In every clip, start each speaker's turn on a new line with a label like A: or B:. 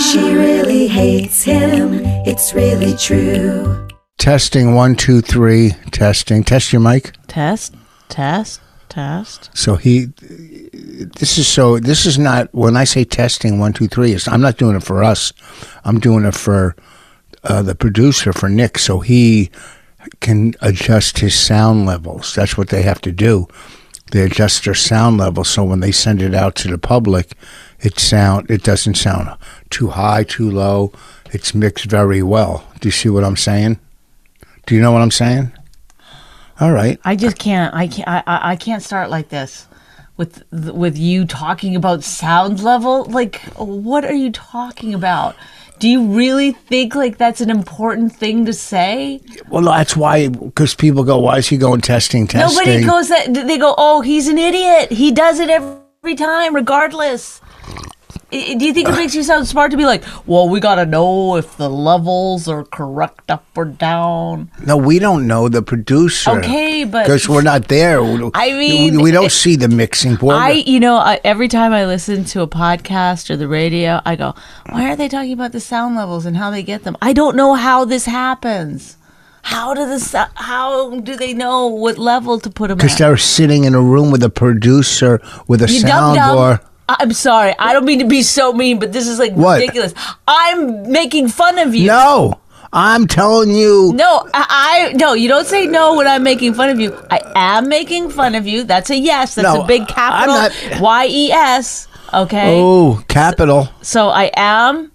A: She really hates him. It's really true.
B: Testing one, two, three. Testing. Test your mic.
C: Test, test, test.
B: So he. This is so. This is not when I say testing one, two, three. It's, I'm not doing it for us. I'm doing it for uh, the producer for Nick, so he can adjust his sound levels. That's what they have to do. They adjust their sound level so when they send it out to the public, it sound it doesn't sound too high, too low. It's mixed very well. Do you see what I'm saying? Do you know what I'm saying? All right.
C: I just can't. I can't. I, I I can't start like this, with with you talking about sound level. Like, what are you talking about? Do you really think like that's an important thing to say?
B: Well, that's why because people go, why is he going testing, testing?
C: Nobody goes that. They go, oh, he's an idiot. He does it every time, regardless. I- Do you think it makes you sound smart to be like, well, we gotta know if the levels are correct up or down?
B: No, we don't know the producer.
C: Okay, but-
B: because we're not there.
C: I mean- eh,
B: we don't see the mixing board.
C: I, you know, I, every time I listen to a podcast or the radio, I go, why are they talking about the sound levels and how they get them? I don't know how this happens. How do the sou- how do they know what level to put them
B: because
C: at?
B: they're sitting in a room with a producer with a
C: You dumb
B: soundboard.
C: dumb. I- I'm sorry. I don't mean to be so mean, but this is like
B: What?
C: ridiculous. I'm making fun of you.
B: No, I'm telling you.
C: No, I, I no. You don't say no when I'm making fun of you. I am making fun of you. That's a yes. That's
B: No,
C: a big
B: I'm
C: capital
B: not-
C: Y E S. Okay.
B: Oh, capital.
C: So I am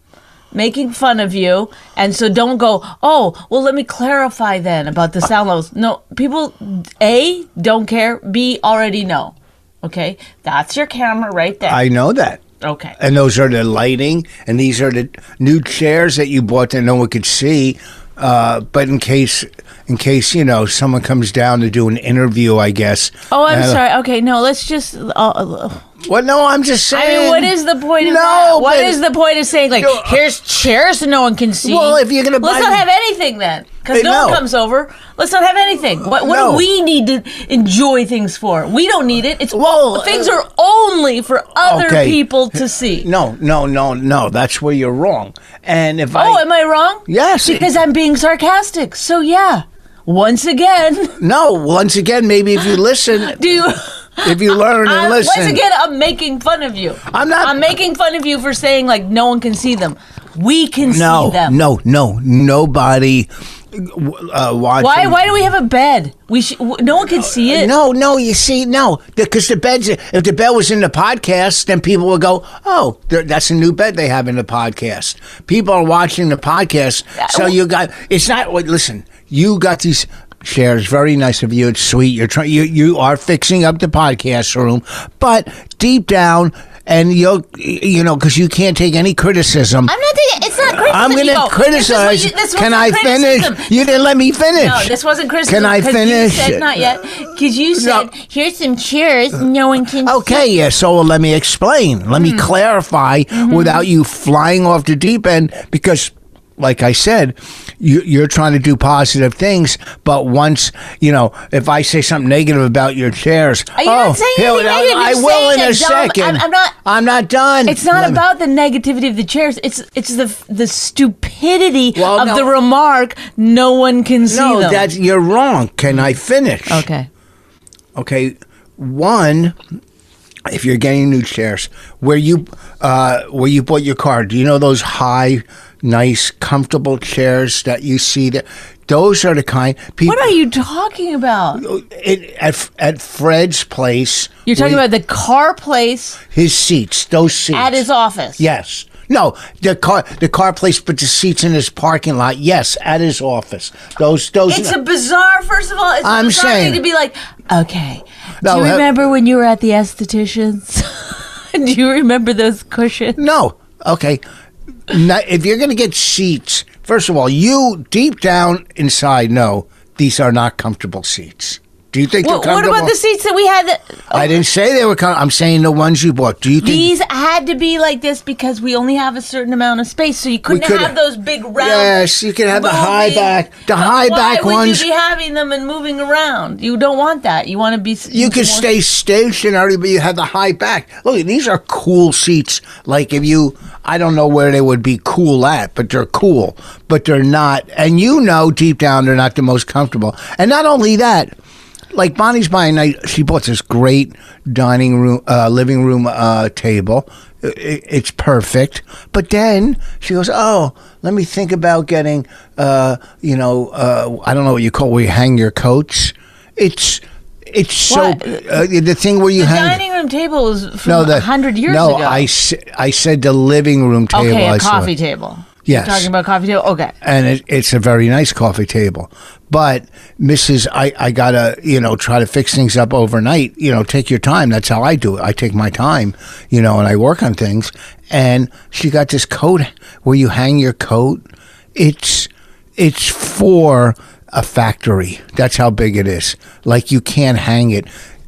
C: making fun of you, and so don't go. Oh, well, let me clarify then about the sound levels. No, people a don't care. B already know. Okay, that's your camera right there.
B: I know that.
C: okay.
B: And those are the lighting, and these are the new chairs that you bought that no one could see. Uh, but in case, in case you know, someone comes down to do an interview, I guess.
C: Oh, I'm
B: and- uh,
C: sorry. Okay, no, let's just. Uh, uh,
B: Well, no, I'm just
C: I
B: saying.
C: mean, what is the point of
B: No,
C: that? What
B: but-
C: is the point of saying like,
B: No, uh,
C: here's chairs that no one can see?
B: Well, if you're gonna
C: let's
B: buy-
C: not have anything then,
B: Hey,
C: because no, one
B: no.
C: comes over. Let's not have anything. What, what
B: No.
C: do we need to enjoy things for? We don't need it. It's
B: Well,
C: things
B: uh,
C: are only for other
B: okay.
C: people to see.
B: No, no, no, no. That's where you're wrong. And if I
C: Oh, am I wrong?
B: Yes.
C: because I'm being sarcastic. So yeah, once again,
B: no, once again, maybe if you listen,
C: do you?
B: if you learn and
C: I-
B: listen,
C: Uh, Once again, I'm making fun of you.
B: I'm not-
C: I'm making fun of you for saying like no one can see them. We can
B: no,
C: see them.
B: no, no, nobody uh, watching.
C: Why? Why do we have a bed? We sh- w- no one can see it.
B: No, no. You see, no, because the bed's if the bed was in the podcast, then people would go, "Oh, there- that's a new bed they have in the podcast." People are watching the podcast, so you got it's not. Wait, listen, you got these shares. Very nice of you. It's sweet. You're trying. You you are fixing up the podcast room, but deep down. And you'll, you know, because you can't take any criticism.
C: I'm not. Taking, it's not criticism.
B: I'm going
C: You
B: to
C: go,
B: criticize.
C: This is what you- this
B: Can I
C: wasn't criticism.
B: finish? You didn't let me finish.
C: No, this wasn't criticism.
B: Can I
C: 'cause you
B: finish?
C: said not yet. Because you said, "Here's some cheers. No one can."
B: Okay, yeah, so let me explain. Let
C: Hmm.
B: me clarify without you flying off the deep end because like I said, you, you're trying to do positive things, but once you know, if I say something negative about your chairs,
C: Are you
B: oh,
C: not saying
B: here-
C: anything
B: I,
C: negative?
B: I
C: You're
B: will
C: saying
B: in a
C: that, Dom. I'm-
B: second.
C: I'm not-
B: I'm not done.
C: It's not
B: Let me-
C: about the negativity of the chairs. It's it's the the stupidity
B: Well,
C: of
B: no.
C: the remark. No one can see
B: No,
C: them.
B: that's you're wrong. Can I finish?
C: okay.
B: okay one if you're getting new chairs where you uh, where you bought your car do you know those high nice comfortable chairs that you see that those are the kind people
C: What are you talking about?
B: it, at, at fred's place
C: You're talking
B: where-
C: about the car place
B: his seats those seats
C: at his office.
B: yes no the car the car place but the seats in his parking lot yes at his office those those
C: It's a bizarre. First of all, it's a
B: I'm
C: bizarre
B: saying-
C: thing to be like, okay.
B: No,
C: do you
B: ha-
C: remember when you were at the esthetician's? do you remember those cushions?
B: No. Okay. Now, if you're going to get seats, first of all, you deep down inside know these are not comfortable seats. Do you think
C: What,
B: they're
C: what
B: comfortable?
C: about the seats that we had? That,
B: I didn't say they were coming. I'm saying the ones you bought. Do you think
C: these had to be like this because we only have a certain amount of space, so you couldn't
B: could-
C: have those big round.
B: Yes, you can have the high
C: moving-
B: back- the high
C: Why
B: back
C: would
B: ones.
C: You be having them and moving around. You don't want that. You want to be. s-
B: You can
C: more-
B: stay stationary, but you have the high back. Look, these are cool seats. Like if you, I don't know where they would be cool at, but they're cool. But they're not, and you know deep down they're not the most comfortable. And not only that, like Bonnie's buying night, she bought this great dining room, uh, living room uh, table. I- I- It's perfect. But then she goes, "Oh, let me think about getting, uh, you know, uh, I don't know what you call it, where you hang your coats. It's." It's so
C: What?
B: uh, the thing where you
C: The
B: hang
C: dining room table was from
B: no the
C: hundred years
B: no,
C: ago.
B: I, s- I said the living room table.
C: okay,
B: I
C: a
B: saw
C: coffee
B: it.
C: table.
B: Yes.
C: You're talking about coffee table. Okay.
B: and it, it's a very nice coffee table. But Mrs. I I gotta you know try to fix things up overnight. You know, take your time. That's how I do it. I take my time. You know, and I work on things. And she got this coat where you hang your coat. It's it's for a factory. That's how big it is. Like you can't hang it,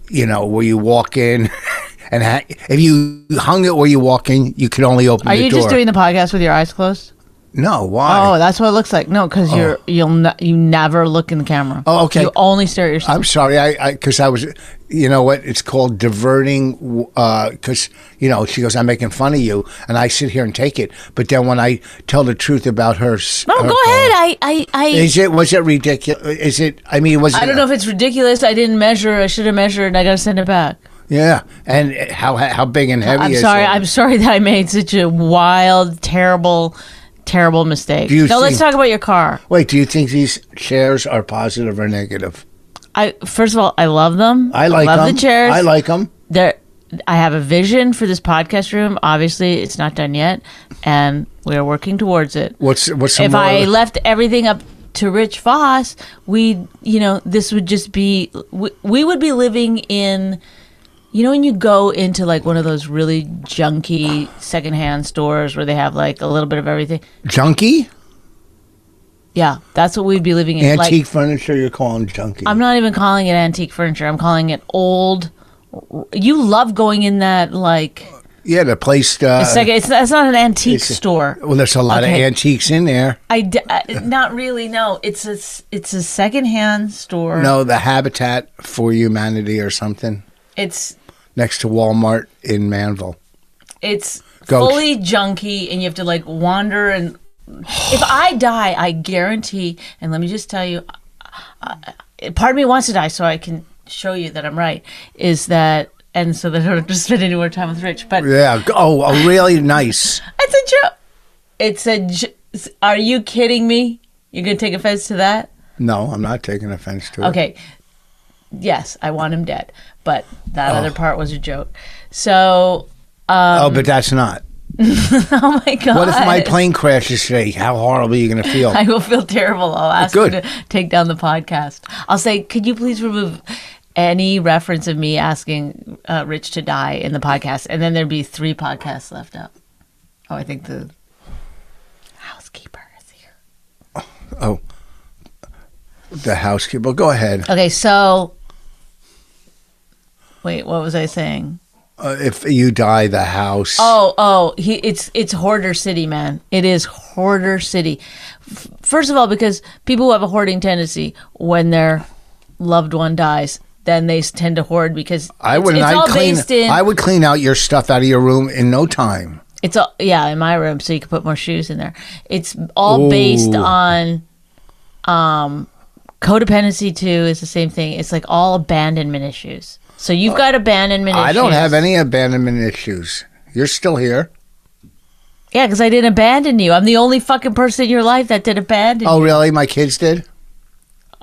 B: you know, where you walk in and hang, if you hung it where you walk in, you could only open
C: Are
B: the
C: you
B: door.
C: just doing the podcast with your eyes closed?
B: no, why?
C: Oh, that's what it looks like. No, because you're you'll n- you never look in the camera.
B: Oh, okay.
C: You only stare at yourself.
B: I'm sorry, I because I, was, you know what? It's called diverting. Because you know, she goes, "I'm making fun of you," and I sit here and take it. But then when I tell the truth about her, s-
C: no,
B: her
C: go
B: call-
C: ahead. I I I.
B: Is it was it ridiculous? Is it? I mean, was it?
C: I don't know if it's ridiculous. I didn't measure. I should have measured. and I gotta send it back.
B: Yeah, and how how big and heavy?
C: I'm
B: is uh,
C: sorry.
B: it?
C: I'm sorry that I made such a wild, terrible, terrible mistake.
B: Do you
C: Now let's
B: think-
C: talk about your car.
B: Wait, do you think these chairs are positive or negative?
C: I first of all, I love them.
B: I like
C: love
B: them.
C: the chairs.
B: I like them.
C: They're- I have a vision for this podcast room. Obviously, it's not done yet, and we're working towards it.
B: What's what's some
C: if
B: more-
C: I left everything up to Rich Voss, we, you know, this would just be we, we would be living in, you know, when you go into like one of those really junky secondhand stores where they have like a little bit of everything.
B: junkie
C: Yeah, that's what we'd be living in.
B: antique
C: Like,
B: furniture? You're calling junkie?
C: I'm not even calling it antique furniture. I'm calling it old. You love going in that like
B: yeah, the place. Uh,
C: second. It's that's not an antique
B: it's-
C: store.
B: Well, there's a lot
C: Okay.
B: of antiques in there.
C: I d- uh, not really. No, it's a s- it's a secondhand store.
B: No, the Habitat for Humanity or something
C: it's
B: next to Walmart in Manville.
C: It's
B: Go.
C: fully junky, and you have to like wander. And if I die, I guarantee. And let me just tell you, uh, part of me wants to die so I can show you that I'm right. Is that and so that I don't just spend any more time with Rich. But
B: Yeah. g- Oh, oh, really nice.
C: it's a joke. It's a. J- are you kidding me? You're gonna take offense to that?
B: No, I'm not taking offense to it.
C: Okay. Yes, I want him dead, but that other part was a joke. So, Um,
B: oh, but that's not.
C: oh my god.
B: What if my plane crashes today? How horrible are you going to feel?
C: I will feel terrible. I'll ask
B: Good.
C: you to take down the podcast. I'll say, could you please remove any reference of me asking uh, Rich to die in the podcast? And then there'd be three podcasts left up. Oh, I think the housekeeper is here.
B: oh, the housekeeper. Go ahead.
C: Okay, so wait, what was I saying?
B: Uh, if you die, the house.
C: Oh, oh, he, it's it's hoarder city, man. It is hoarder city. F- First of all, because people who have a hoarding tendency, when their loved one dies, then they s- tend to hoard because
B: I
C: it's,
B: would.
C: it's
B: I'd
C: all
B: clean.
C: based in.
B: I would clean out your stuff out of your room in no time.
C: it's all yeah in my room, so you can put more shoes in there. It's all based
B: Ooh.
C: on, um, codependency too is the same thing. It's like all abandonment issues. So you've got abandonment.
B: Uh, I don't
C: issues.
B: have any abandonment issues. You're still here.
C: Yeah, because I didn't abandon you. I'm the only fucking person in your life that did abandon.
B: Oh, really? My kids did.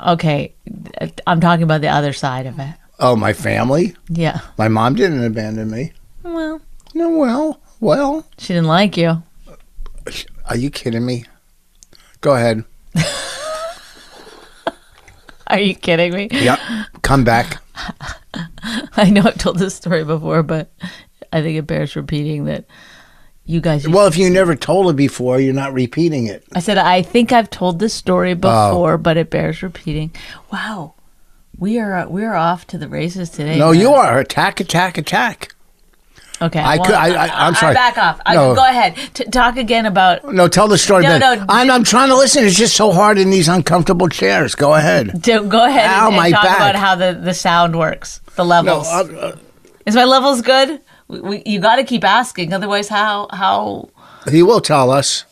C: Okay, th- I'm talking about the other side of it.
B: Oh, my family.
C: Yeah.
B: My mom didn't abandon me.
C: Well,
B: No, well, well.
C: she didn't like you.
B: Are you kidding me? Go ahead.
C: Are you kidding me?
B: Yep. Come back.
C: I know I've told this story before, but I think it bears repeating that you guys.
B: Well, if you never told it before, you're not repeating it. Oh.
C: I said I think I've told this story before, but it bears repeating. Wow. We are uh, we are off to the races today.
B: No,
C: man.
B: you are attack, attack, attack.
C: Okay,
B: I could- I- I- I'm sorry.
C: back off. I,
B: No.
C: Go ahead. T- talk again about
B: No, tell the story.
C: No,
B: then.
C: no.
B: I'm, I'm trying to listen. It's just so hard in these uncomfortable chairs. Go ahead.
C: Do, go ahead
B: Ow,
C: and, and
B: my
C: talk
B: back.
C: about how the, the sound works, the
B: No,
C: levels.
B: uh, uh,
C: Is my levels good? We, we, you got to keep asking, otherwise, how how?
B: he will tell us.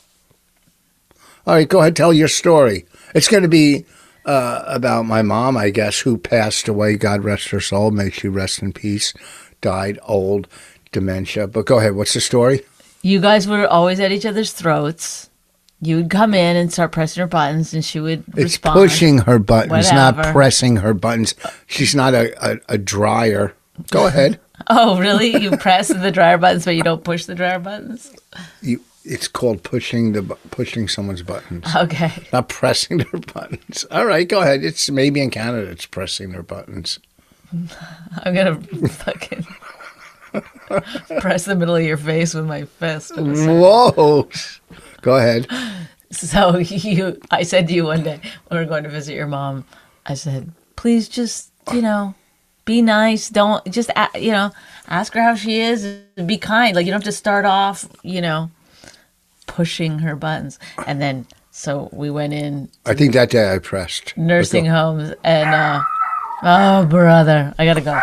B: All right, go ahead. Tell your story. It's going to be uh, about my mom, I guess, who passed away. God rest her soul. May she rest in peace. Died old, dementia. But go ahead. What's the story?
C: You guys were always at each other's throats. You would come in and start pressing her buttons, and she would
B: It's
C: respond.
B: pushing her buttons,
C: Whatever.
B: not pressing her buttons. She's not a, a, a dryer. Go ahead.
C: Oh, really? You press the dryer buttons, but you don't push the dryer buttons.
B: You, it's called pushing the bu- pushing someone's buttons,
C: Okay.
B: not pressing their buttons. All right, go ahead. It's maybe in Canada, it's pressing their buttons.
C: I'm gonna fucking press the middle of your face with my fist.
B: Mm. Whoa! Go ahead.
C: So you, I said to you one day when we were going to visit your mom, I said, please just you know, be nice. Don't just a- you know, ask her how she is. and Be kind. Like you don't have to start off, you know, pushing her buttons. And then so we went in
B: I think that day I pressed
C: nursing homes and. uh Oh brother, I gotta go.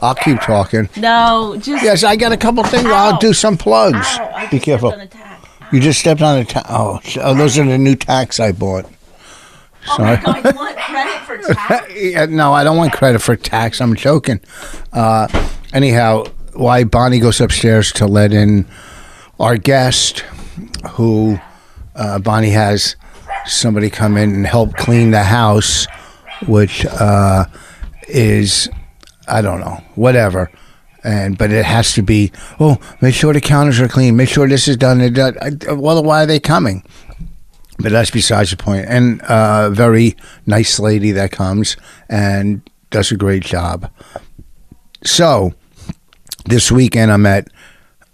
B: I'll keep talking.
C: No, just
B: Yes, I got a couple things.
C: Ow.
B: I'll do some plugs.
C: Ow, I
B: Be
C: just
B: careful.
C: stepped on a tack.
B: You just stepped on a ta- oh, sh- oh, those are the new tacks I bought.
C: Oh my God, you want credit for tax?
B: Yeah, no, I don't want credit for tax. I'm joking. Uh, anyhow, why Bonnie goes upstairs to let in our guest, who uh, Bonnie has somebody come in and help clean the house, which uh, is I don't know, whatever. And but it has to be. Oh, make sure the counters are clean. Make sure this is done. And done. I- Well, why are they coming? But that's besides the point. And a very nice lady that comes and does a great job. So this weekend I'm at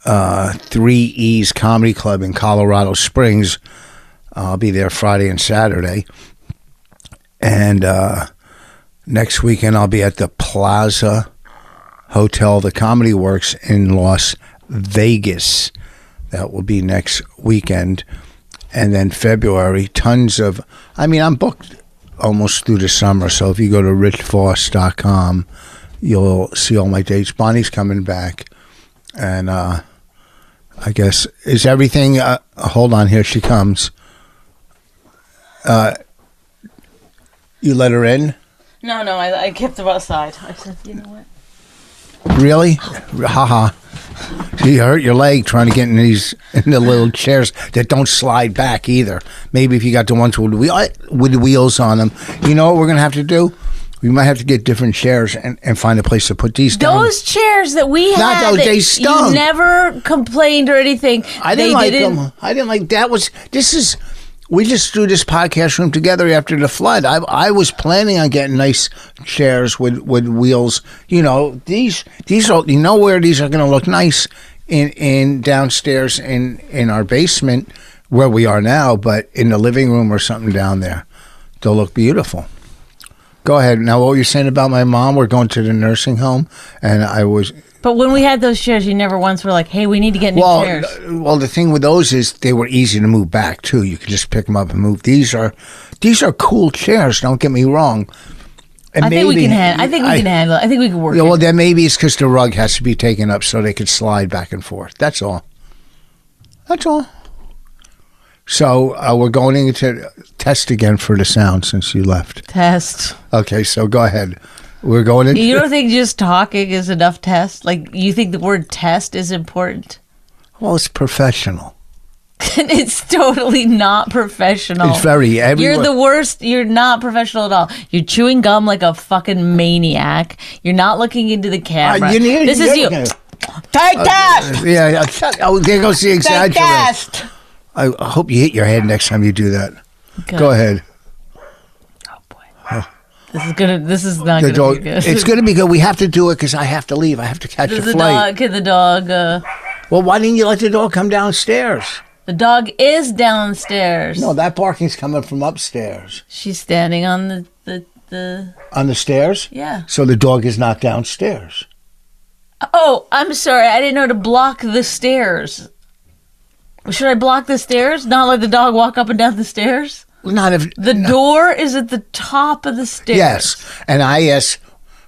B: uh, 3E's Comedy Club in Colorado Springs. I'll be there Friday and Saturday. And uh, next weekend I'll be at the Plaza Hotel, the Comedy Works in Las Vegas. That will be next weekend and then February, tons of. I mean, I'm booked almost through the summer. So if you go to richfoss.com, you'll see all my dates. Bonnie's coming back, and uh, I guess is everything. Uh, hold on, here she comes. Uh, you let her in?
C: No, no, I, I kept them outside. I said, you know what?
B: Really? Haha. She hurt your leg trying to get in these in the little chairs that don't slide back either. Maybe if you got the ones with wheel, with wheels on them, you know what we're gonna have to do? We might have to get different chairs and, and find a place to put these down.
C: Those chairs that we
B: Not
C: had,
B: those,
C: that
B: they
C: you
B: stunk.
C: never complained or anything.
B: I didn't
C: they
B: like
C: didn't,
B: them. I didn't like that. Was this is we just threw this podcast room together after the flood. I I was planning on getting nice chairs with with wheels. You know these these are you know where these are going to look nice in in downstairs in in our basement where we are now, but in the living room or something down there, they'll look beautiful. Go ahead. Now, what you're saying about my mom? We're going to the nursing home, and I was
C: But when we had those chairs, you never once were like, hey, we need to get new
B: well,
C: chairs.
B: uh, well, the thing with those is they were easy to move back too. You could just pick them up and move. These are these are cool chairs. Don't get me wrong. And
C: I think we can handle. I think we can handle. it. I think we can work.
B: Yeah,
C: it.
B: well, then maybe it's because the rug has to be taken up so they could slide back and forth. That's all. That's all. So uh, we're going into test again for the sound since you left.
C: test.
B: Okay, so go ahead. We're going into.
C: You don't think just talking is enough test? Like you think the word test is important?
B: well, it's professional.
C: And it's totally not professional.
B: It's very everywhere.
C: Oh. You're the worst. You're not professional at all. You're chewing gum like a fucking maniac. You're not looking into the camera.
B: Uh, you need-
C: this is you.
B: okay.
C: Take
B: Uh,
C: that.
B: Yeah, yeah. shut- Oh, there goes the
C: Take
B: exaggeration.
C: that.
B: I I hope you hit your head next time you do that. Go ahead.
C: Oh boy. This is gonna. This is not
B: The
C: gonna
B: dog.
C: be good.
B: It's going to be good. We have to do it because I have to leave. I have to catch
C: Does
B: a
C: the
B: flight.
C: dog? Can the dog? Uh,
B: Well, why didn't you let the dog come downstairs?
C: the dog is downstairs.
B: No, that barking's coming from upstairs.
C: She's standing on the, the the
B: on the stairs.
C: yeah.
B: So the dog is not downstairs.
C: Oh, I'm sorry. I didn't know to block the stairs. Should I block the stairs? Not let the dog walk up and down the stairs?
B: Not if
C: The door is at the top of the stairs.
B: Yes. And I asked,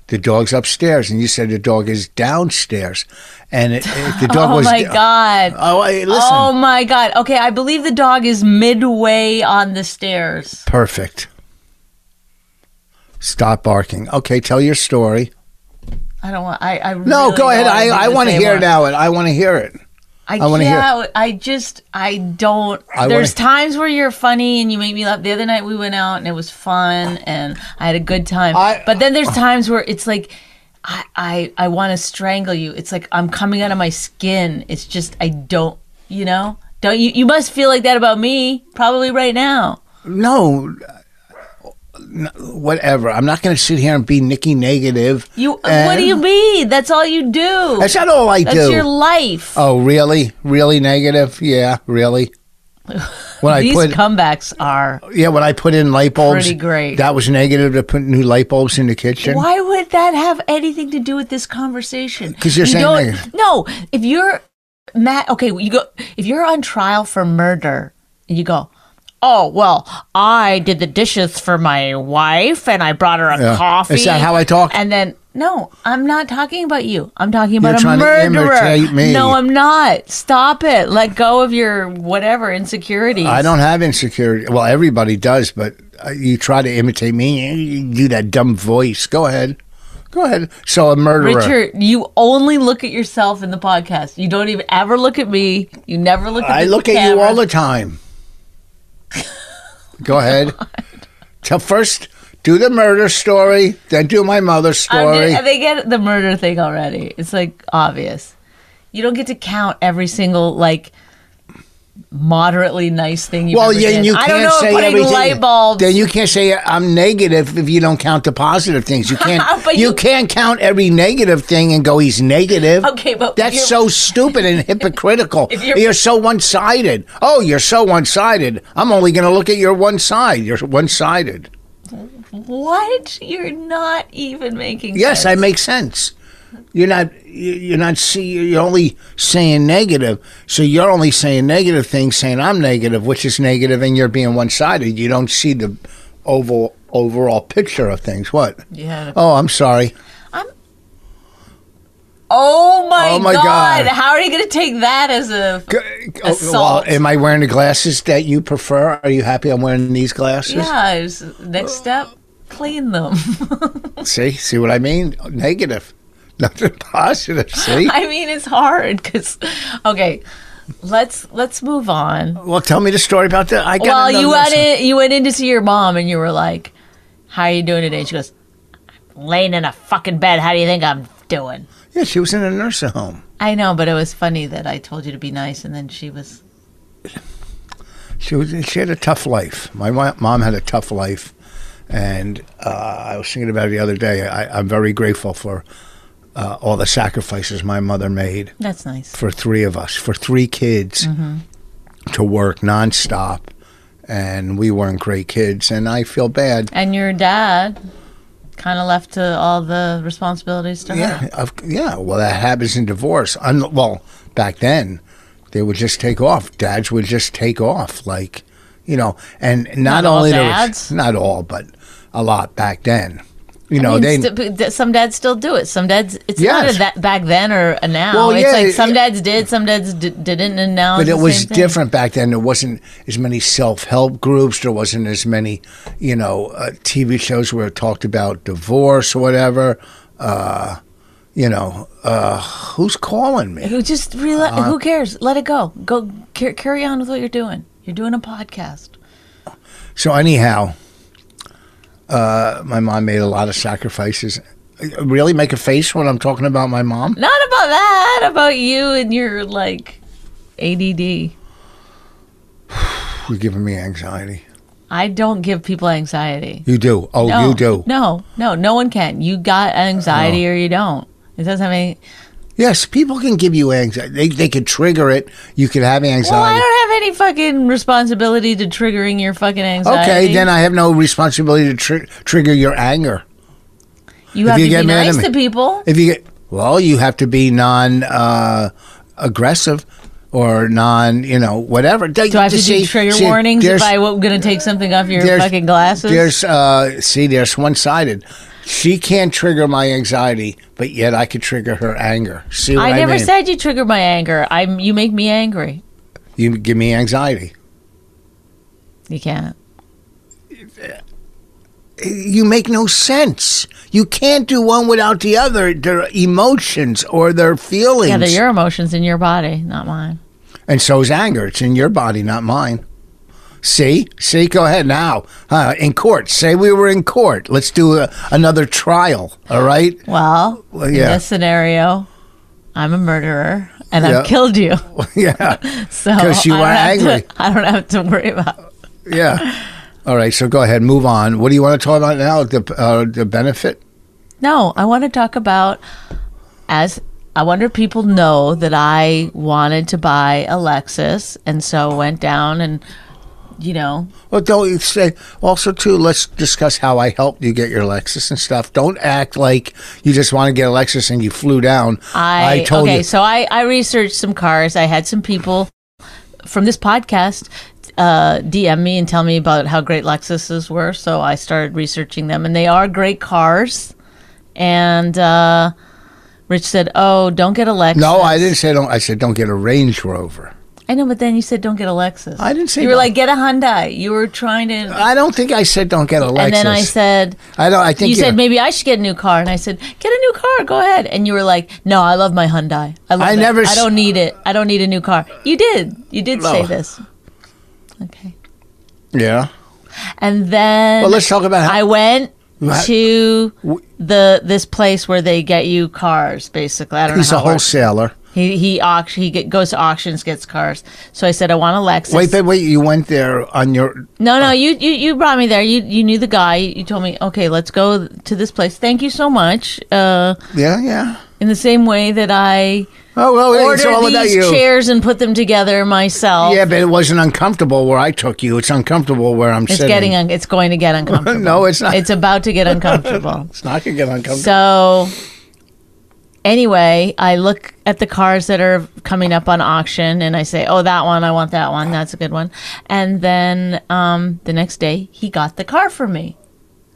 B: the dog's upstairs. And you said the dog is downstairs. And it, it- the dog
C: Oh
B: was.
C: my god.
B: Oh, I, listen.
C: Oh my god. Okay, I believe the dog is midway on the stairs.
B: Perfect. Stop barking. Okay, tell your story.
C: I don't want. I. I
B: No, go ahead. I, I want to hear it now. and I want to hear it.
C: I,
B: I wanna hear it.
C: can't- I just. I don't.
B: I
C: there's
B: wanna-
C: times where you're funny and you make me laugh. The other night we went out and it was fun and I had a good time.
B: I-
C: but then there's times where it's like. I, I, I want to strangle you. It's like I'm coming out of my skin. It's just I don't, you know, don't you? You must feel like that about me, probably right now.
B: No. n- Whatever. I'm not going to sit here and be Nicky negative.
C: You, what
B: and-
C: do you mean? That's all you do.
B: That's not all I
C: That's
B: do.
C: your life.
B: oh, really? Really negative? Yeah, really. When I
C: These
B: put
C: comebacks are.
B: Yeah, when I put in light bulbs,
C: Pretty great.
B: That was negative to put new light bulbs in the kitchen.
C: Why would that have anything to do with this conversation?
B: 'Cause you're
C: You
B: saying
C: don't-
B: negative.
C: no. If you're Matt, okay, you go. If you're on trial for murder, and you go. Oh well, I did the dishes for my wife, and I brought her a
B: Yeah.
C: coffee.
B: Is that how I talk?
C: And then no, I'm not talking about you. I'm talking about
B: You're
C: a
B: trying to
C: murderer.
B: imitate me.
C: No, I'm not. Stop it. Let go of your whatever insecurities.
B: I don't have insecurity. Well, everybody does, but uh, you try to imitate me. You do that dumb voice. Go ahead, go ahead. So a murderer.
C: Richard, you only look at yourself in the podcast. You don't even ever look at me. You never look at
B: I
C: the
B: look at you all the time. go ahead. Tell first. Do the murder story, then do my mother's
C: I'm
B: story.
C: just- they get the murder thing already. It's like obvious. You don't get to count every single like moderately nice thing you
B: well,
C: ever
B: yeah,
C: did.
B: and you
C: I
B: can't
C: don't know
B: say
C: if putting
B: everything.
C: light bulbs.
B: Then you can't say I'm negative if you don't count the positive things. You can't.
C: But
B: you,
C: you-
B: can't count every negative thing and go he's negative.
C: Okay, but
B: that's
C: you're-
B: so stupid and hypocritical.
C: If
B: you're,
C: you're-
B: so one-sided. Oh, you're so one-sided. I'm only going to look at your one side. You're one-sided.
C: what? You're not even making.
B: Yes, I
C: sense.
B: make sense. You're not. you- You're not. See, you're only saying negative. So you're only saying negative things, saying I'm negative, which is negative, and you're being one sided. You don't see the oval overall picture of things. What?
C: Yeah.
B: Oh, I'm sorry.
C: Oh my,
B: Oh my God.
C: god. How are you going to take that as a?
B: G- oh, Well,
C: Assault.
B: am I wearing the glasses that you prefer? Are you happy I'm wearing these glasses?
C: Yeah. it's- Next step, clean them.
B: See, see what I mean? Negative, nothing positive. See.
C: I mean, it's hard because, okay, let's let's move on.
B: well, tell me the story about that. I got
C: Well,
B: another
C: you went
B: lesson.
C: in, you went in to see your mom, and you were like, "How you doing today?" She goes, "I'm "Laying in a fucking bed. How do you think I'm doing?"
B: Yeah, she was in a nursing home.
C: I know, but it was funny that I told you to be nice, and then she was.
B: she was she had a tough life. My wa- mom had a tough life, and uh, I was thinking about it the other day. I, I'm very grateful for uh, all the sacrifices my mother made
C: That's nice.
B: for three of us, for three kids, to work nonstop, and we weren't great kids. And I feel bad.
C: And your dad kind of left to all the responsibilities to her.
B: Yeah, of, yeah. Well, that happens in divorce. Un- well, back then, they would just take off. Dads would just take off, like you know, and not,
C: Not all
B: only there
C: dads?
B: was, not all, but a lot back then. You know,
C: I mean,
B: they
C: st- but th- some dads still do it. Some dads, it's not
B: Yes.
C: a that back then or a now.
B: Well,
C: it's
B: yeah,
C: like some
B: it-
C: dads did, some dads d- didn't, and now.
B: but
C: it's
B: it
C: the
B: was
C: same thing.
B: different back then. There wasn't as many self help groups. There wasn't as many, you know, uh, TV shows where it talked about divorce or whatever. Uh, you know, uh, who's calling me?
C: Who just realize?
B: Uh-huh.
C: who cares? Let it go. Go car- carry on with what you're doing. You're doing a podcast.
B: So anyhow, uh, my mom made a lot of sacrifices. Really make a face when I'm talking about my mom?
C: Not about that. About you and your like ADD.
B: You're giving me anxiety.
C: I don't give people anxiety.
B: You do. Oh,
C: No,
B: you do. Oh.
C: No, no, no one can. You got anxiety or you don't. It doesn't have any.
B: Yes, people can give you anxiety. They, they could trigger it. You could have
C: Well, I
B: anxiety.
C: don't have any fucking responsibility to triggering your fucking anxiety.
B: okay, then uh, I have no responsibility to tr- trigger your anger.
C: you
B: if
C: have
B: you
C: to
B: get
C: be
B: mad at
C: nice
B: me-
C: to people.
B: If you get well, you have to be non uh, aggressive or non, you know, whatever.
C: Do I have to do trigger warnings if I am going to take something off your fucking glasses?
B: There's uh, see, there's one sided. She can't trigger my anxiety, but yet I could trigger her anger. See what I,
C: I never
B: mean?
C: said you trigger my anger. I'm you make me angry.
B: you give me anxiety.
C: You can't.
B: You make no sense. You can't do one without the other. Their emotions or their feelings.
C: Yeah, they're your emotions in your body, not mine.
B: And so is anger. It's in your body, not mine. See? See? Go ahead now. Uh, in court. Say we were in court. Let's do a, another trial. All right?
C: Well,
B: Well,
C: in
B: yeah.
C: this scenario, I'm a murderer and
B: Yeah.
C: I've killed you.
B: yeah.
C: So
B: 'Cause you
C: I don't
B: are
C: have to-
B: angry.
C: I don't have to worry about.
B: Yeah. All right. So go ahead. Move on. What do you want to talk about now? The, uh, the benefit?
C: No, I want to talk about as I wonder if people know that I wanted to buy a Lexus and so went down and you know
B: Well, don't you say also too. Let's discuss how I helped you get your Lexus and stuff. Don't act like you just want to get a Lexus and you flew down.
C: I,
B: told
C: okay,
B: you.
C: so I, I researched some cars. I had some people from this podcast uh, DM me and tell me about how great Lexuses were. So I started researching them, and they are great cars. And uh, Rich said, "Oh, don't get a Lexus."
B: no, I didn't say don't. I said don't get a Range Rover.
C: I know, but then you said, "Don't get a Lexus."
B: I didn't say
C: you were
B: don't.
C: like, "Get a Hyundai." You were trying to,
B: I don't think I said don't get a Lexus.
C: and then I said.
B: I don't. I think
C: You
B: you're-
C: said maybe I should get a new car, and I said get a new car. Go ahead, and you were like, "No, I love my Hyundai. I love
B: I
C: it.
B: never
C: I
B: s-
C: don't need it. I don't need a new car." You did. You did say
B: No.
C: this. Okay,
B: Yeah.
C: and then
B: Well, let's talk about how.
C: I went
B: Right.
C: to the this place where they get you cars. Basically, I don't
B: he's
C: know.
B: a
C: How it works.
B: wholesaler.
C: He he auction. He get, goes to auctions, gets cars. So I said I want a Lexus.
B: Wait, wait, wait. You went there on your.
C: No, no, you, you you brought me there. You you knew the guy. You told me, okay, let's go to this place. Thank you so much. Uh,
B: Yeah, yeah.
C: in the same way that I
B: Oh, well, it's all
C: ordered
B: about
C: these
B: you.
C: chairs and put them together myself.
B: Yeah, but it wasn't uncomfortable where I took you. It's uncomfortable where I'm
C: it's
B: sitting.
C: getting un- it's going to get uncomfortable.
B: No, it's not.
C: It's about to get uncomfortable.
B: it's not gonna get uncomfortable.
C: so anyway, I look at the cars that are coming up on auction and I say, "Oh, that one, I want that one. That's a good one." And then um, the next day, he got the car for me.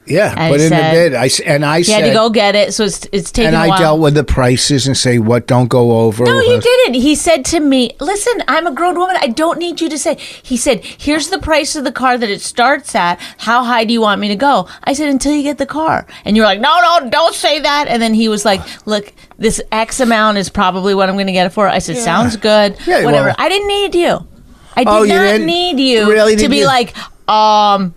B: yeah,
C: I
B: put in the
C: said-
B: bid. I s- and I
C: He
B: said.
C: had to go get it, so it's it's taking
B: and
C: a
B: I
C: while.
B: dealt with the prices and say what don't go over.
C: No,
B: what-
C: you didn't. He said to me, "Listen, I'm a grown woman. I don't need you to say." He said, "Here's the price of the car that it starts at. How high do you want me to go?" I said, "Until you get the car." And you're like, "No, no, don't say that." And then he was like, "Look, this X amount is probably what I'm going to get it for." I said, "Sounds good.
B: Yeah, well-
C: Whatever." I didn't need you. I did
B: Oh, you
C: not
B: didn't?
C: need you
B: Really,
C: to
B: did
C: be
B: you?
C: like, um,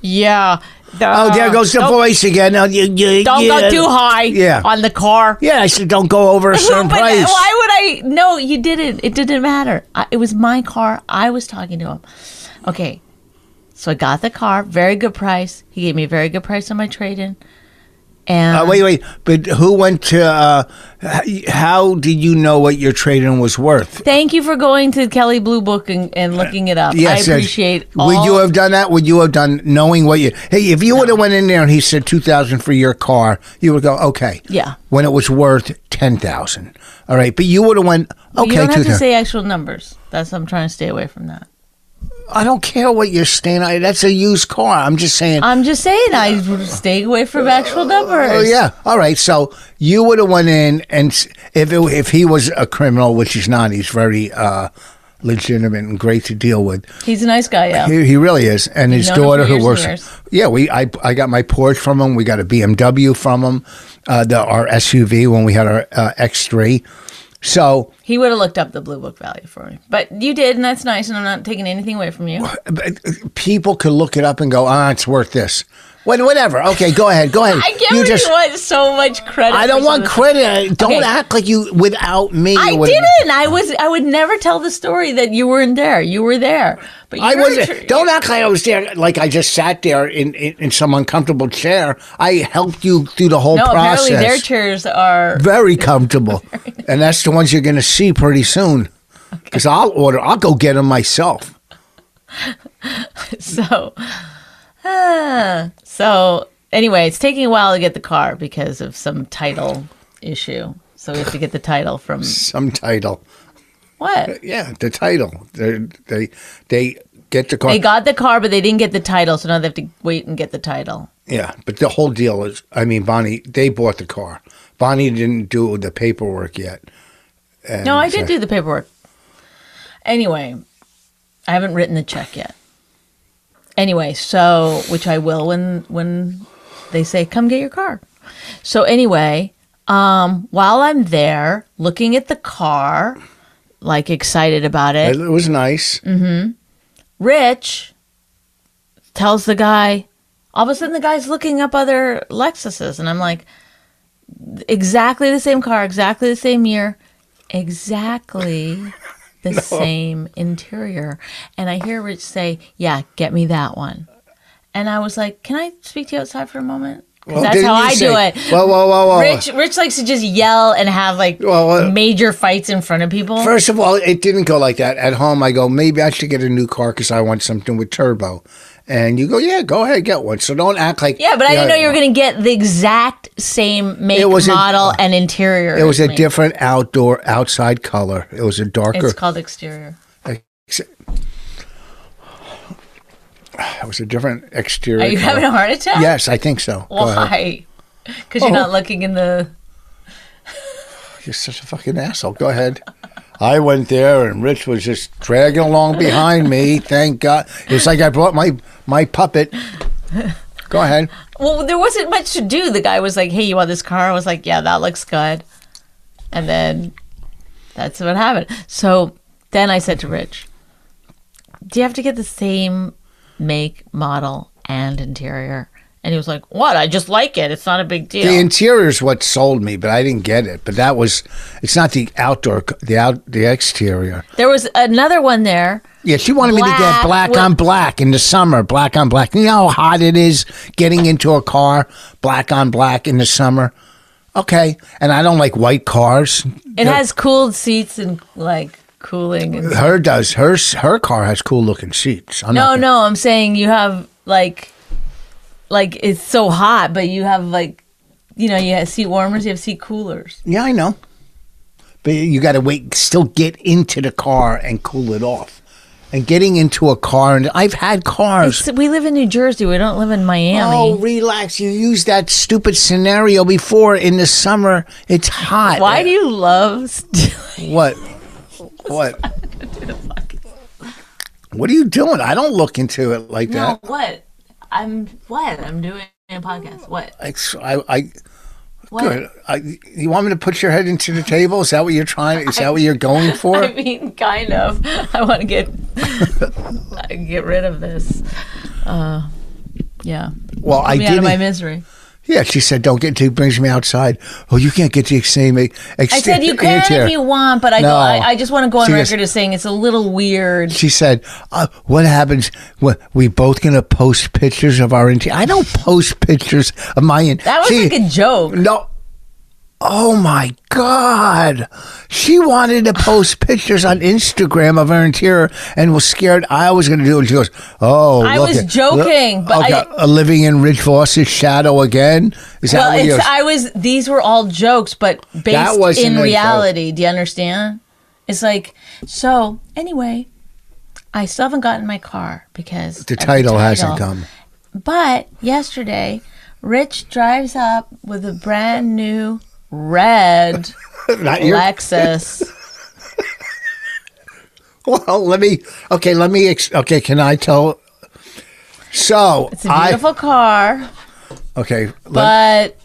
C: yeah.
B: Oh, there goes the
C: don't,
B: voice again. Oh, you, you,
C: Don't
B: yeah.
C: go too high
B: Yeah.
C: on the car.
B: Yeah, I said don't go over a certain
C: But
B: price.
C: why would I? No, you didn't. It didn't matter. I, it was my car. I was talking to him. Okay. So I got the car. Very good price. He gave me a very good price on my trade in. And
B: Uh, wait, wait. But who went to? Uh, h- how did you know what your trade-in was worth?
C: thank you for going to Kelly Blue Book and,
B: Uh,
C: and looking it up. I appreciate all.
B: Would you have done that? Would you have done knowing what you? Hey, if you would have went in there and he said two thousand for your car, you would go okay.
C: Yeah.
B: When it was worth ten thousand. All right, but you would have went
C: you
B: okay.
C: don't have to
B: 2,000.
C: say actual numbers. That's I'm trying to stay away from that.
B: I don't care what you're staying. I, that's a used car. I'm just saying.
C: I'm just saying I stay away from actual numbers.
B: Oh yeah. All right. So you would have went in, and s- if it, if he was a criminal, which he's not, he's very uh, legitimate and great to deal with.
C: He's a nice guy. Yeah.
B: He, he really is, and his
C: known him for
B: daughter who
C: years and
B: works.
C: years.
B: Yeah, we I I got my Porsche from him. We got a BMW from him. Uh, the our SUV when we had our uh, X3. So
C: He would have looked up the blue book value for me. But you did, and that's nice, and I'm not taking anything away from you.
B: but people could look it up and go, ah, it's worth this. When, whatever. Okay, go ahead. Go ahead.
C: I give
B: you
C: you
B: just.
C: want so much credit.
B: I don't
C: for
B: want
C: something.
B: credit. Don't
C: Okay.
B: act like you without me. you
C: I
B: would've-
C: didn't. I was. I would never tell the story that you weren't there. You were there, but
B: I
C: you're
B: wasn't.
C: tr-
B: don't act like I was there. Like I just sat there in, in, in some uncomfortable chair. I helped you through the whole
C: No,
B: process.
C: apparently their chairs are.
B: very comfortable, and that's the ones you're going to see pretty soon. Because I'll order. I'll go get them myself.
C: So, ah. so anyway, it's taking a while to get the car because of some title issue. So we have to get the title from
B: Some title.
C: what?
B: Yeah, the title. They they they get the car.
C: They got the car, but they didn't get the title, so now they have to wait and get the title.
B: Yeah, but the whole deal is, I mean, Bonnie, they bought the car. Bonnie didn't do the paperwork yet. And,
C: No, I did
B: uh,
C: do the paperwork. Anyway, I haven't written the check yet. Anyway, so which I will when when they say come get your car. So anyway, um while I'm there looking at the car, like excited about it, Mm-hmm.
B: It it was nice.
C: Rich tells the guy, all of a sudden the guy's looking up other Lexuses. And I'm like, exactly the same car, exactly the same year, exactly the same interior. And I hear Rich say, yeah, get me that one. And I was like, can I speak to you outside for a moment? 'Cause
B: Well,
C: that's
B: didn't
C: how
B: you
C: I do
B: say-
C: it.
B: Whoa, whoa, whoa, whoa.
C: Rich, Rich likes to just yell and have like
B: Well, uh,
C: major fights in front of people.
B: First of all, it didn't go like that. At home, I go, maybe I should get a new car because I want something with turbo. And you go, yeah, go ahead, get one. So don't act like.
C: Yeah, but I didn't know you were going to get the exact same make,
B: It was a-
C: model, and interior.
B: It was
C: as
B: a
C: me.
B: different outdoor, outside color. It was a darker.
C: It's called exterior.
B: It was a different exterior.
C: Are you
B: color.
C: having a heart attack?
B: Yes, I think so. Go ahead. Oh.
C: Why? Because you're not looking in the.
B: You're such a fucking asshole. Go ahead. I went there and Rich was just dragging along behind me. Thank God. It's like I brought my my puppet. Go ahead.
C: Well, there wasn't much to do. The guy was like, "Hey, you want this car?" I was like, "Yeah, that looks good." And then that's what happened. So then I said to Rich, "Do you have to get the same make, model, and interior?" And he was like, "What? I just like it. It's not a big deal."
B: The interior's what sold me, but I didn't get it. But that was it's not the outdoor c- the out the exterior.
C: there was another one there.
B: Yeah, she wanted me to get
C: Black
B: black
C: with-
B: on black in the summer, black on black. You know how hot it is getting into a car, black on black in the summer. Okay. And I don't like white cars.
C: It has cooled seats and like cooling. And,
B: Her does. Her her car has cool looking seats. I'm
C: no,
B: not-
C: no, I'm saying you have like, like it's so hot, but you have like, you know, you have seat warmers, you have seat coolers.
B: Yeah, I know. But you got to wait, still get into the car and cool it off. And getting into a car, and I've had cars.
C: It's, we live in New Jersey. We don't live in Miami.
B: oh, relax. You used that stupid scenario before in the summer. It's hot.
C: Why do you love? St-
B: What? What? What are you doing? I don't look into it like
C: no,
B: that.
C: what? I'm what? I'm doing a podcast. What?
B: It's, I, I,
C: What?
B: good. I, you want me to put your head into the table? Is that what you're trying? Is that what you're going for?
C: I mean, kind of. I want to get get rid of this. Uh, yeah,
B: well, I
C: me out of
B: didn't.
C: my misery.
B: Yeah, she said, "Don't get." She brings me outside. Oh, you can't get the same. Ex-
C: I said you can if you want, but I
B: No.
C: go, I, I just want to go on
B: She just-
C: record as saying it's a little weird.
B: She said, uh, "What happens? What we both gonna post pictures of our interior? I don't post pictures of my in-
C: That was
B: she,
C: like a joke.
B: no." Oh my God! She wanted to post pictures on Instagram of her interior and was scared I was going to do it. She goes, "Oh,
C: I
B: look
C: was
B: at-
C: joking,
B: look-
C: but I-
B: okay, uh, living in Rich Voss's shadow again." Is that
C: Well,
B: what
C: it's,
B: yours?
C: I was. These were all jokes, but
B: That
C: based
B: wasn't a
C: in
B: joke.
C: reality. Do you understand? It's like so. Anyway, I still haven't gotten my car because
B: the
C: of
B: title hasn't
C: title.
B: come.
C: But yesterday, Rich drives up with a brand new red
B: Not your
C: Lexus.
B: Well, let me. Okay, let me. Ex- okay, can I tell? So
C: It's a beautiful car,
B: I okay. Let,
C: but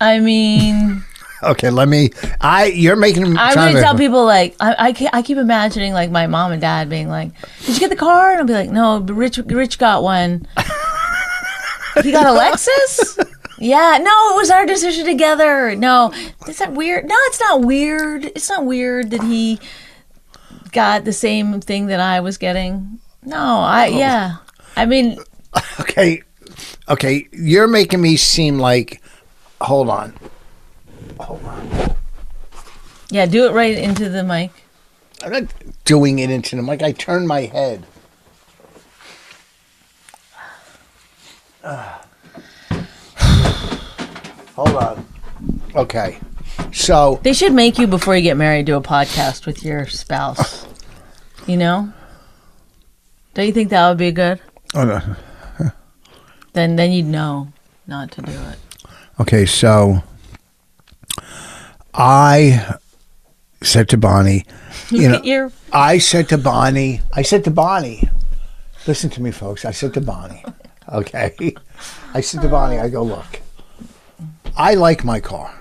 C: I mean.
B: okay, let me. I you're making.
C: I'm
B: trying
C: gonna tell people like I I, ke- I keep imagining like my mom and dad being like, "Did you get the car?" And I'll be like, "No, but Rich Rich got one." He got Alexis? Yeah, no, it was our decision together. No, is that weird? No, it's not weird. It's not weird that he got the same thing that I was getting. No, I, yeah. I mean,
B: Okay, okay, you're making me seem like. Hold on.
C: yeah, do it right into the mic.
B: I'm not doing it into them. Like I turned my head. Ah. Hold on. Okay. So
C: They should make you, before you get married, do a podcast with your spouse. You know? Don't you think that would be good? Then, then you'd know not to do it.
B: Okay, so I said to Bonnie, you know,
C: You're
B: I said to Bonnie, I said to Bonnie, listen to me, folks. I said to Bonnie, okay? I said to Bonnie, I go, look, I like my car.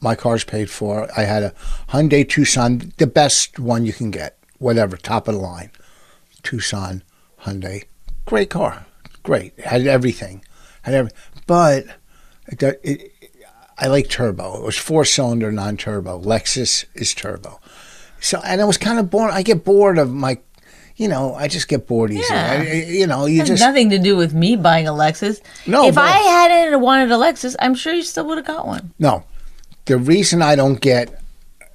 B: My car's paid for. I had a Hyundai Tucson, the best one you can get, whatever, top of the line. Tucson, Hyundai, great car, great. Had everything, had every, but it, it, I like turbo. It was four cylinder, non turbo. Lexus is turbo. So, and I was kind of bored. I get bored of my, you know, I just get bored easily.
C: Yeah.
B: I- I- you know, you
C: has
B: just
C: nothing to do with me buying a Lexus.
B: No,
C: if
B: but-
C: I hadn't wanted a Lexus, I'm sure you still would have got one.
B: No, the reason I don't get,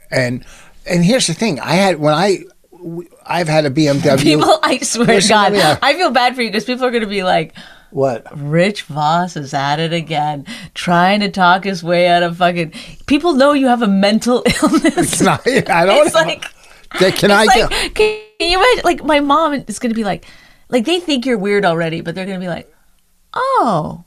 B: and and here's the thing: I had when I w- I've had a BMW.
C: People, I swear to
B: Listen,
C: God,
B: let me ask-
C: I feel bad for you because people are going to be like,
B: what?
C: "Rich Voss is at it again, trying to talk his way out of fucking." People know you have a mental illness.
B: It's not. I don't.
C: It's
B: know.
C: like-
B: That- can I
C: It's
B: get?
C: like, can you imagine? Like, my mom is going to be like, like they think you're weird already, but they're going to be like, oh,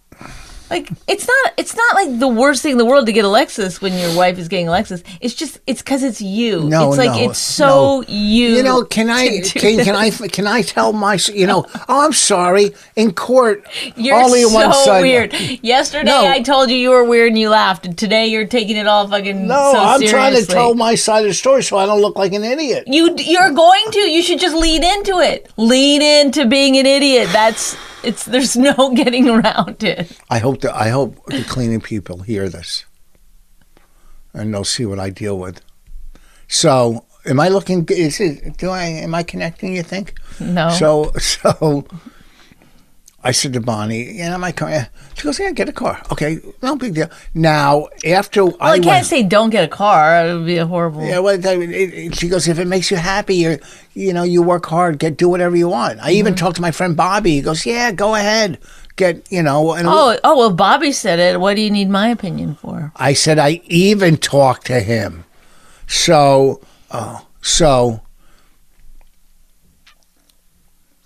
C: like it's not, it's not like the worst thing in the world to get a Lexus when your wife is getting a Lexus. It's just, it's because it's you.
B: No,
C: it's like
B: no,
C: it's so
B: no.
C: you.
B: You know, can I
C: to do
B: can,
C: this.
B: can I can I tell my s- you know? Oh, I'm sorry. In court,
C: You're
B: only
C: so
B: one side.
C: weird. Yesterday
B: No.
C: I told you you were weird and you laughed, and today you're taking it all fucking
B: No,
C: so
B: I'm trying to
C: seriously.
B: tell my side of the story so I don't look like an idiot.
C: You you're going to. You should just lean into it. Lean into being an idiot. That's it's. There's no getting around it.
B: I hope that I hope the cleaning people hear this, and they'll see what I deal with. So, am I looking? g- Is it? Do I? Am I connecting? You think?
C: No.
B: So, so I said to Bonnie, "You know my car." She goes, "Yeah, get a car." Okay, no big deal. Now, after
C: well, I,
B: went-
C: can't say don't get a car. It would be a horrible.
B: Yeah, well, that- it- it- she goes, if it makes you happy, you you know, you work hard, get do whatever you want. I
C: Mm-hmm.
B: even talked to my friend Bobby. He goes, yeah, go ahead, get you know. And
C: Oh oh well, Bobby said it. What do you need my opinion for?
B: I said I even talked to him. So, oh, so,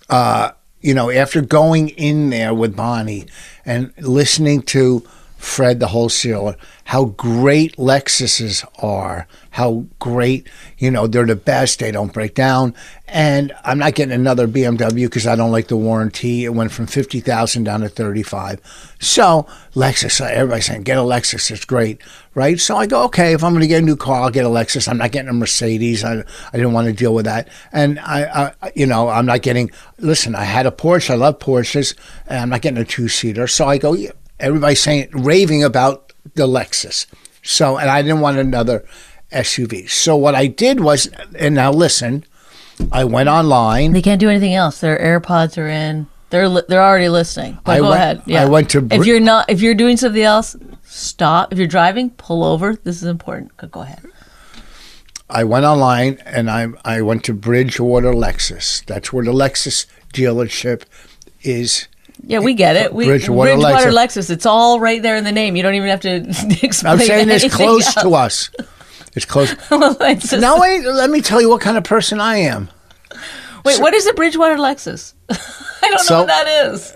B: uh, you know, after going in there with Bonnie and listening to Fred the wholesaler, how great Lexuses are, how great, you know, they're the best, they don't break down. And I'm not getting another BMW because I don't like the warranty. It went from 50,000 down to 35. So Lexus, everybody's saying, get a Lexus, it's great, right? So I go, okay, if I'm going to get a new car, I'll get a Lexus. I'm not getting a Mercedes. I, I didn't want to deal with that. And I, I, you know, I'm not getting, listen, I had a Porsche. I love Porsches. And I'm not getting a two seater. So I go, yeah. everybody's saying, raving about the Lexus. So, and I didn't want another SUV. So what I did was, and now listen, I went online.
C: They can't do anything else. Their AirPods are in. They're li- they're already listening. But
B: I
C: go
B: went-
C: ahead.
B: I went to Br-
C: if you're not if you're doing something else, stop. If you're driving, pull over. This is important. Go- Go ahead.
B: I went online and I I went to Bridgewater Lexus. That's where the Lexus dealership is.
C: Yeah, we get it. We,
B: Bridgewater
C: Bridgewater, Lexus. It's all right there in the name. You don't even have to explain.
B: I'm saying it's
C: anything
B: close
C: else.
B: to us. It's close.
C: It's just-
B: now wait, let me tell you what kind of person I am.
C: Wait, what is a Bridgewater Lexus? I don't
B: So-
C: know what that is.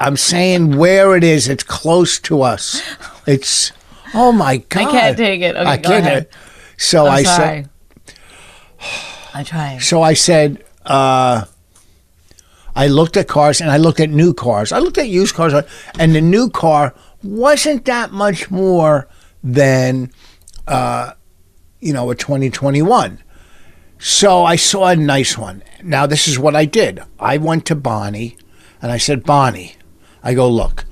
B: I'm saying where it is. It's close to us. It's oh my god.
C: can't take it. Okay,
B: I
C: go
B: can't.
C: ahead.
B: So
C: I'm
B: I
C: sorry.
B: said.
C: I tried.
B: So I said, uh, I looked at cars and I looked at new cars. I looked at used cars, and the new car wasn't that much more than, uh, you know, a 2021. So I saw a nice one. Now, this is what I did I went to Bonnie and I said, Bonnie, I go, look,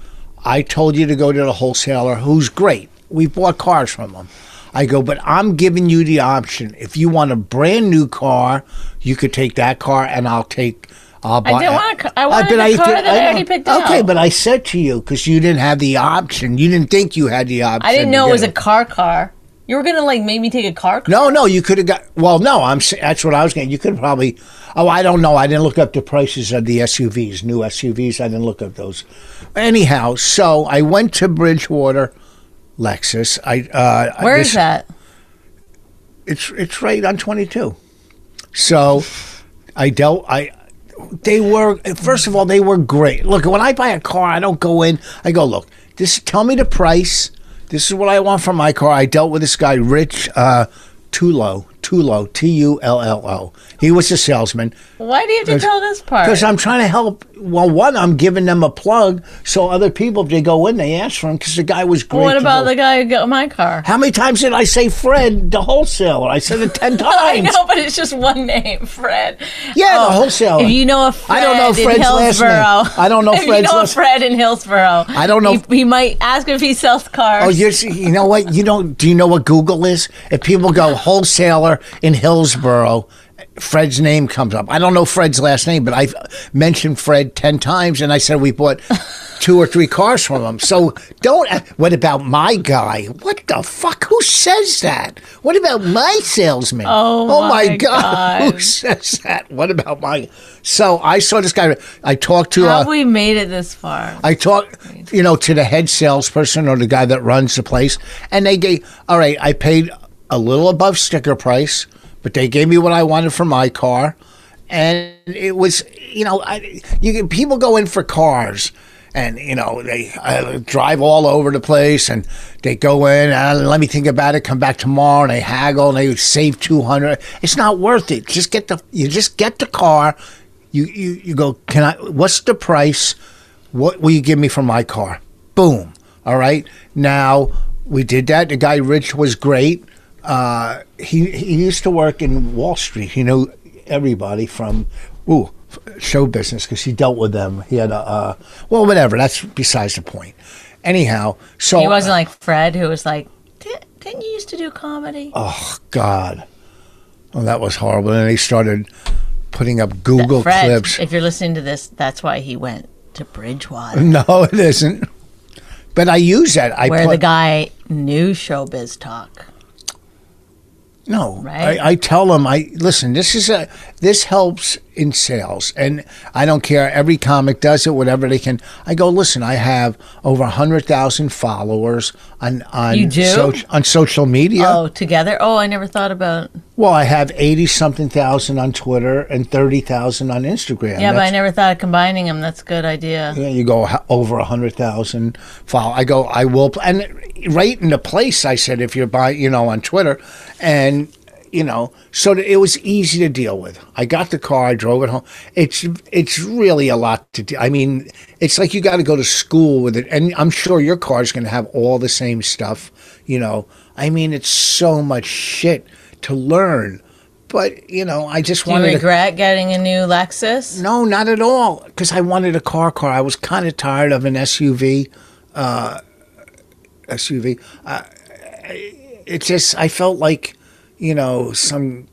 B: I told you to go to the wholesaler who's great. We bought cars from him. I go, but I'm giving you the option. If you want a brand new car, you could take that car and I'll take. I'll buy Uh,
C: didn't want a ca- I wanted
B: but
C: a car
B: did-
C: that I
B: know.
C: already picked
B: Okay,
C: out.
B: but I said to you because you didn't have the option. You didn't think you had the option.
C: I didn't know
B: to
C: it was
B: get
C: a car car. You were gonna like make me take a car car.
B: No, no, you could have got. Well, no, I'm. s- That's what I was getting. You could probably. Oh, I don't know. I didn't look up the prices of the SUVs, new SUVs. I didn't look up those. Anyhow, so I went to Bridgewater, Lexus. I. Uh,
C: Where is
B: this-
C: that?
B: It's it's right on 22. So, I dealt. I. They were first of all they were great. Look, when I buy a car, I don't go in. I go look. This tell me the price. This is what I want for my car. I dealt with this guy, Rich uh, Tullo, Tullo, T U L L O. He was a salesman.
C: Why do you have to tell this part?
B: Because I'm trying to help. Well, one, I'm giving them a plug so other people, if they go in, they ask for him because the guy was great.
C: What
B: to
C: about
B: go-
C: the guy who got my car?
B: How many times did I say Fred, the wholesaler? I said it 10 times.
C: I know, but it's just one name, Fred. Oh,
B: Yeah, the wholesaler.
C: If you know a Fred
B: I don't know
C: in
B: Fred's last
C: Hillsboro,
B: name. I don't know
C: if you
B: Fred's
C: know a
B: last-
C: Fred in Hillsboro,
B: I don't know
C: He,
B: if-
C: he might ask if he sells cars.
B: Oh, you're, you know what? You don't. Do you know what Google is? If people go wholesaler in Hillsboro, Fred's name comes up. I don't know Fred's last name, but I've mentioned Fred ten times, and I said we bought two or three cars from him. So don't. What about my guy? What the fuck? Who says that? What about my salesman?
C: Oh, my God.
B: Who says that? What about my? So I saw this guy. I talked to. uh,
C: Have we made it this far?
B: I talk, you know, to the head salesperson or the guy that runs the place, and they gave. All right, I paid a little above sticker price, but they gave me what I wanted for my car, and it was, you know, I, you can, people go in for cars. And you know they uh, drive all over the place, and they go in. Uh, let me think about it. Come back tomorrow, and they haggle, and they save two hundred. It's not worth it. Just get the you just get the car. You you you go. Can I? What's the price? What will you give me for my car? Boom. All right. Now we did that. The guy Rich was great. Uh, he he used to work in Wall Street. He knew everybody from ooh f- show business because he dealt with them. He had a uh, well, whatever. That's besides the point. Anyhow, so
C: He wasn't like Fred, who was like, "Di- didn't you used to do comedy?
B: oh God, oh that was horrible. And they started putting up Google
C: Fred,
B: clips.
C: if you're listening to this, that's why he went to Bridgewater,
B: no, it isn't. But I use that. Mm, I
C: where
B: put,
C: the guy knew showbiz talk.
B: No,
C: Right?
B: I, I tell them, I listen. This is a this helps in sales, and I don't care. Every comic does it, whatever they can. I go, listen. I have over hundred thousand followers on on
C: You do?
B: on social media.
C: Oh, together? Oh, I never thought about.
B: Well, I have eighty something thousand on Twitter and thirty thousand on Instagram.
C: Yeah, but I
B: That's-
C: never thought of combining them. That's a good idea.
B: Yeah, you go h- over a hundred thousand follow. I go, I will, pl- and right in the place. I said, if you're by, you know, on Twitter, and you know, so that it was easy to deal with. I got the car, I drove it home. It's it's really a lot to do. I mean, it's like you got to go to school with it, and I'm sure your car's going to have all the same stuff. You know, I mean, it's so much shit to learn. But you know, I just
C: Do you
B: wanted to
C: regret getting a new Lexus?
B: no, not at all. Because I wanted a car. Car. I was kind of tired of an SUV. Uh, SUV. Uh, it just. I felt like, you know, some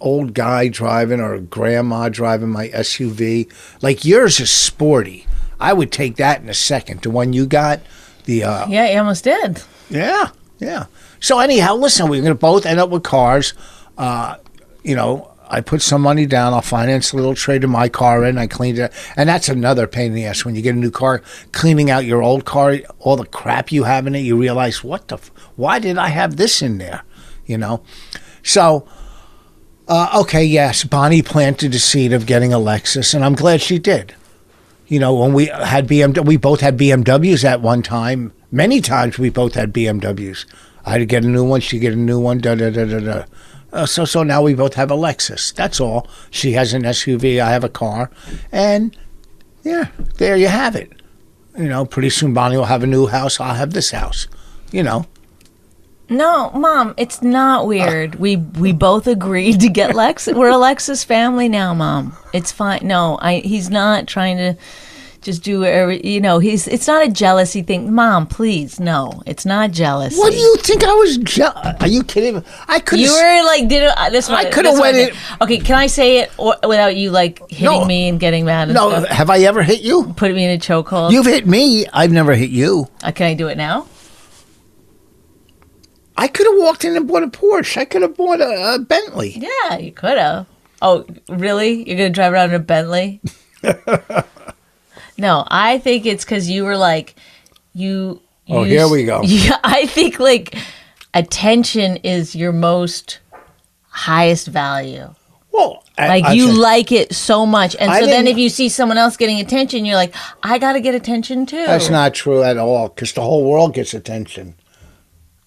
B: old guy driving or a grandma driving my SUV. Like yours is sporty. I would take that in a second. The one you got. The uh,
C: Yeah, you almost did.
B: yeah, yeah. So anyhow, listen, we're going to both end up with cars. Uh, you know, I put some money down. I'll finance a little trade of my car in. I cleaned it, and that's another pain in the ass when you get a new car. Cleaning out your old car, all the crap you have in it, you realize what the, f- why did I have this in there? You know, so. Uh, okay, yes, Bonnie planted the seed of getting a Lexus, and I'm glad she did you know, when we had BMW, we both had BMWs at one time. Many times we both had BMWs. I'd get a new one, she'd get a new one, da da da da da. Uh, so, so now we both have a Lexus. That's all. She has an SUV, I have a car. And yeah, there you have it. You know, pretty soon Bonnie will have a new house, I'll have this house. You know,
C: No, mom, it's not weird. we we both agreed to get Lex. We're a Lexus family now, mom. It's fine. No, I he's not trying to just do every you know he's it's not a jealousy thing mom please no it's not jealousy
B: What do you think I was? Je- Are you kidding? me? I could.
C: you were like did it, uh, this one
B: I coulda
C: this one
B: went
C: did.
B: in-
C: okay can i say it or, without you like hitting
B: No.
C: me and getting mad and
B: No,
C: stuff?
B: have I ever hit you?
C: put me in a chokehold
B: You've hit me. I've never hit you.
C: uh, can i do it now
B: I could have walked in and bought a Porsche. I could have bought a, a Bentley.
C: yeah you could have oh really you're gonna drive around in a bentley no i think it's because you were like you
B: Oh,
C: you
B: here
C: s-
B: we go.
C: yeah i think like attention is your most highest value
B: Well, I-
C: Like
B: I
C: you
B: said-
C: like it so much, and
B: I
C: so then
B: didn't-
C: if you see someone else getting attention, you're like, I gotta get attention too.
B: That's not true at all because the whole world gets attention.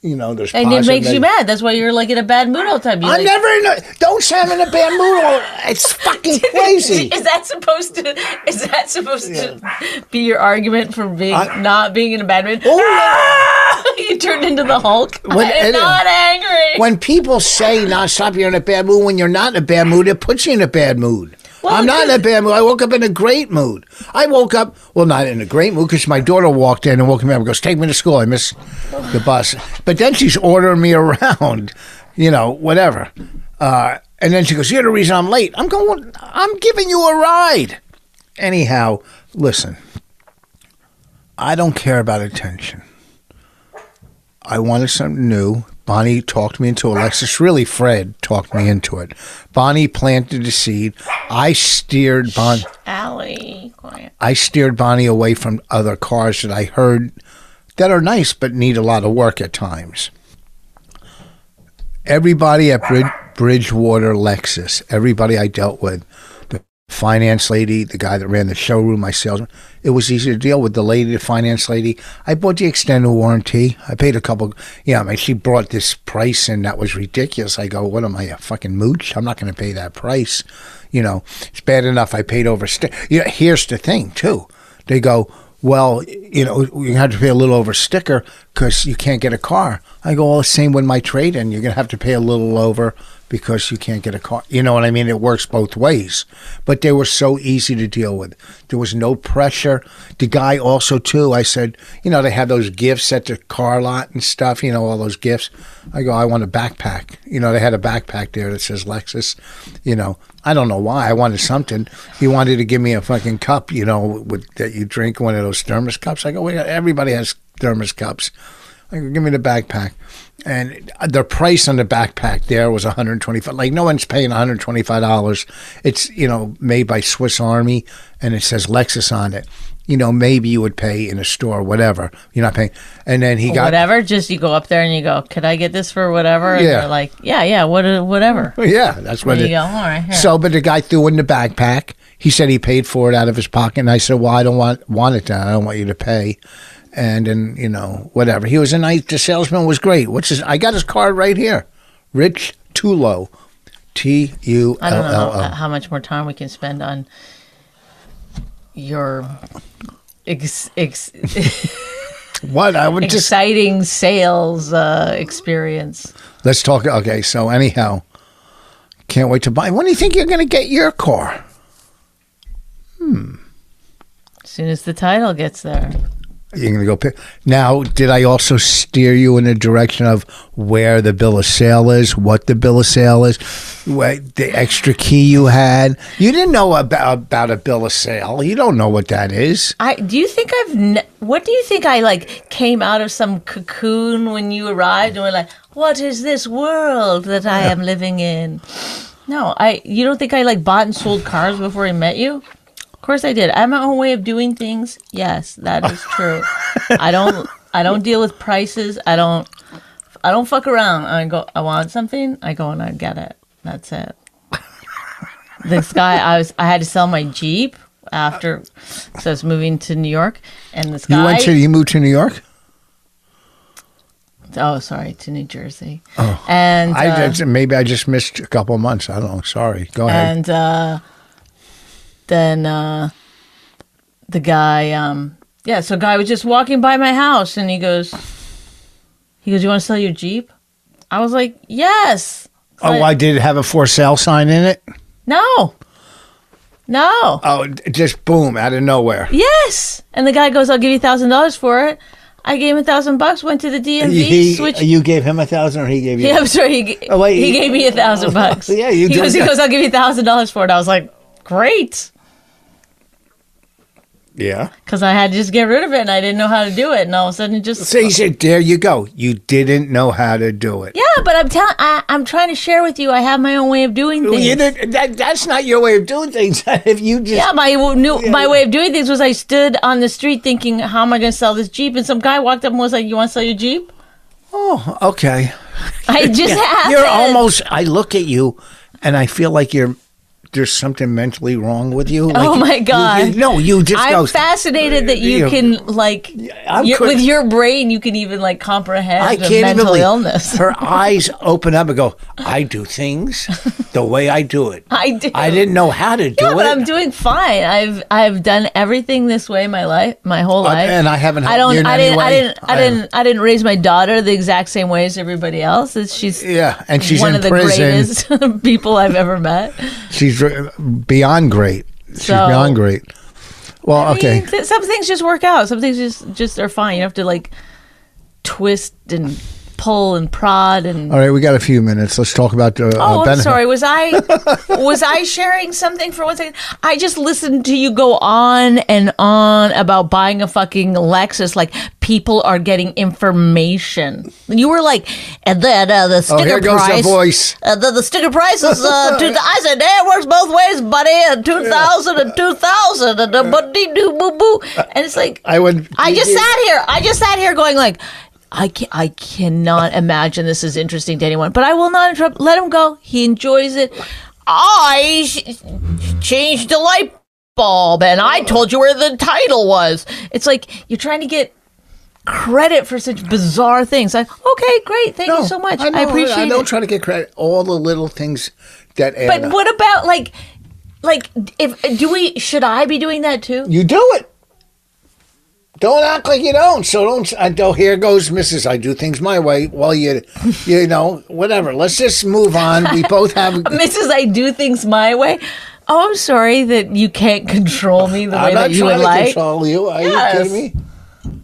B: You know, there's
C: and it
B: positive
C: makes you
B: and-
C: mad. That's why you're like in a bad mood all the time. You're
B: I'm
C: like,
B: never in a. Don't say I'm in a bad mood. all- It's fucking crazy.
C: Is that supposed to? Is that supposed to be your argument for being
B: I-
C: not being in a bad mood? Ah!
B: Oh, yeah.
C: you turned into the Hulk.
B: When-
C: I'm
B: and-
C: not angry.
B: When people say nonstop, you're in a bad mood. When you're not in a bad mood, it puts you in a bad mood.
C: Well,
B: I'm not in a
C: it-
B: bad mood. I woke up in a great mood. I woke up, well, not in a great mood because my daughter walked in and woke me up and goes, Take me to school. I missed the bus. But then she's ordering me around, you know, whatever. Uh, and then she goes, You're the reason I'm late. I'm going, I'm giving you a ride. Anyhow, listen, I don't care about attention. I wanted something new. Bonnie talked me into it. Alexis, really, Fred talked me into it. Bonnie planted the seed. I steered Bonnie.
C: Allie, quiet.
B: I steered Bonnie away from other cars that I heard that are nice but need a lot of work at times. Everybody at Brid- Bridgewater Lexus, everybody I dealt with, the finance lady, the guy that ran the showroom, my salesman, it was easy to deal with. The lady, the finance lady, I bought the extended warranty. I paid a couple, yeah, I mean, she brought this price and that was ridiculous. I go, what am I, a fucking mooch? I'm not going to pay that price. You know, it's bad enough I paid over. St- you know, here's the thing, too. They go, well, you know, you have to pay a little over sticker because you can't get a car. I go, well, same with my trade in. You're going to have to pay a little over because you can't get a car. You know what I mean? It works both ways. But they were so easy to deal with. There was no pressure. The guy also, too, I said, you know, they have those gifts at the car lot and stuff, you know, all those gifts. I go, I want a backpack. You know, they had a backpack there that says Lexus. You know, I don't know why. I wanted something. He wanted to give me a fucking cup, you know, with, that you drink one of those thermos cups. I go, wait, everybody has thermos cups. I go, give me the backpack. And the price on the backpack there was 125. Like no one's paying 125 dollars. It's you know made by Swiss Army, and it says Lexus on it. You know maybe you would pay in a store, whatever. You're not paying. And then he got
C: whatever. Just you go up there and you go, "Could I get this for whatever?" And
B: Yeah.
C: they're like, "Yeah, yeah, what, uh, whatever."
B: Yeah, that's what
C: There
B: it-
C: you go. All right. here.
B: So, but the guy threw it in the backpack. He said he paid for it out of his pocket, and I said, "Well, I don't want want it done. I don't want you to pay." And then you know whatever. He was a nice. The salesman was great. What's his? I got his card right here. Rich Tulo, T U
C: I
B: L
C: don't
B: L
C: know
B: O.
C: how much more time we can spend on your ex, ex,
B: What I would just
C: exciting sales uh, experience.
B: let's talk. Okay, so anyhow, can't wait to buy. When do you think you're going to get your car?
C: As soon as the title gets there,
B: You're going to go pick. Now, did I also steer you in the direction of where the bill of sale is, what the bill of sale is, what the extra key you had? You didn't know about about a bill of sale. You don't know what that is.
C: I do you think I've ne- what do you think I like came out of some cocoon when you arrived and were like, what is this world that I am living in? No, I you don't think I like bought and sold cars before I met you? Of course I did. I have my own way of doing things. Yes, that is true. I don't I don't deal with prices. I don't I don't fuck around. I go I want something, I go and I get it. That's it. This guy I was I had to sell my Jeep after so I was moving to New York and this guy
B: You went to you moved to New York.
C: Oh, sorry, to New Jersey. Oh. And
B: I
C: uh,
B: just, maybe I just missed a couple of months. I don't know. Sorry. Go ahead.
C: and uh, then uh, the guy um, yeah so guy was just walking by my house and he goes he goes you want to sell your jeep i was like yes
B: oh, I did it have a for sale sign in it.
C: no No.
B: Oh, d- just boom out of nowhere.
C: Yes. And the guy goes, I'll give you thousand dollars for it. I gave him a thousand bucks, went to the DMV,
B: He-
C: switched.
B: you gave him a thousand, or he gave you?
C: yeah, I'm sorry. He, g-
B: Oh, wait,
C: he,
B: he-
C: gave me a thousand bucks.
B: Yeah, you
C: he
B: did
C: goes, he
B: that.
C: goes, I'll give you a thousand dollars for it. I was like, great.
B: Yeah.
C: Because I had to just get rid of it and I didn't know how to do it. And all of a sudden it just.
B: So he said, "There you go. You didn't know how to do it."
C: yeah, but I'm telling, I'm trying to share with you. I have my own way of doing
B: Well,
C: things.
B: you didn't, that, that's not your way of doing things. if you just
C: Yeah, my w- new my way of doing things was I stood on the street thinking, how am I going to sell this Jeep? And some guy walked up and was like, "You want to sell your Jeep?"
B: oh okay,
C: I just happened.
B: you're almost. I look at you, and I feel like you're. There's something mentally wrong with you. Like,
C: Oh,
B: you-
C: my
B: you-
C: God.
B: no, you just
C: I'm
B: go.
C: fascinated that you
B: Yeah.
C: can like
B: I'm
C: your-
B: quick-
C: with your brain you can even like comprehend
B: I
C: a
B: can't even
C: mental
B: believe
C: illness.
B: her eyes open up and go. I do things the way I do it.
C: I do.
B: I didn't know how to do
C: Yeah,
B: it.
C: but I'm doing fine. I've I've done everything this way my life, my whole
B: Uh,
C: life,
B: and I haven't
C: I
B: helped
C: don't.
B: you in
C: I
B: any
C: didn't. I
B: way.
C: didn't. I
B: I-
C: didn't. I didn't raise my daughter the exact same way as everybody else. It's, she's
B: yeah, and she's
C: one
B: in
C: of the
B: prison.
C: greatest people I've ever met.
B: She's re- beyond great. She's
C: So-
B: beyond great. Well,
C: I mean,
B: okay.
C: th- some things just work out. Some things just just are fine. You don't have to like twist and pull and prod and.
B: All right, we got a few minutes. Let's talk about uh,
C: Oh,
B: uh,
C: I'm
B: benefit.
C: sorry. Was I was I sharing something for one second? I just listened to you go on and on about buying a fucking Lexus. Like people are getting information. You were like, and then uh, the sticker
B: Oh, here goes the
C: price.
B: voice.
C: Uh, the, the sticker price is uh, two. I said, "Yeah, it works both ways, buddy. And two thousand and two thousand and uh, but dee doo boo boo." And it's like
B: I would.
C: I just sat here. I just sat here going like, I can I cannot imagine this is interesting to anyone. But I will not interrupt. Let him go. He enjoys it. I sh- changed the light bulb, and I told you where the title was. It's like you're trying to get credit for such bizarre things. Like, okay, great, thank you so much. I,
B: know,
C: appreciate
B: I don't
C: it.
B: try to get credit. All the little things that add
C: but
B: up.
C: what about like, like if do we should I be doing that too?
B: you do it. Don't act like you don't. So don't. I don't. Here goes Mrs. I do things my way. Well, you, you know, whatever. Let's just move on. We both have.
C: Mrs. I do things my way. Oh, I'm sorry that you can't control me the way
B: I'm not
C: that you would
B: trying to
C: like.
B: control you. Are
C: Yes.
B: you kidding me?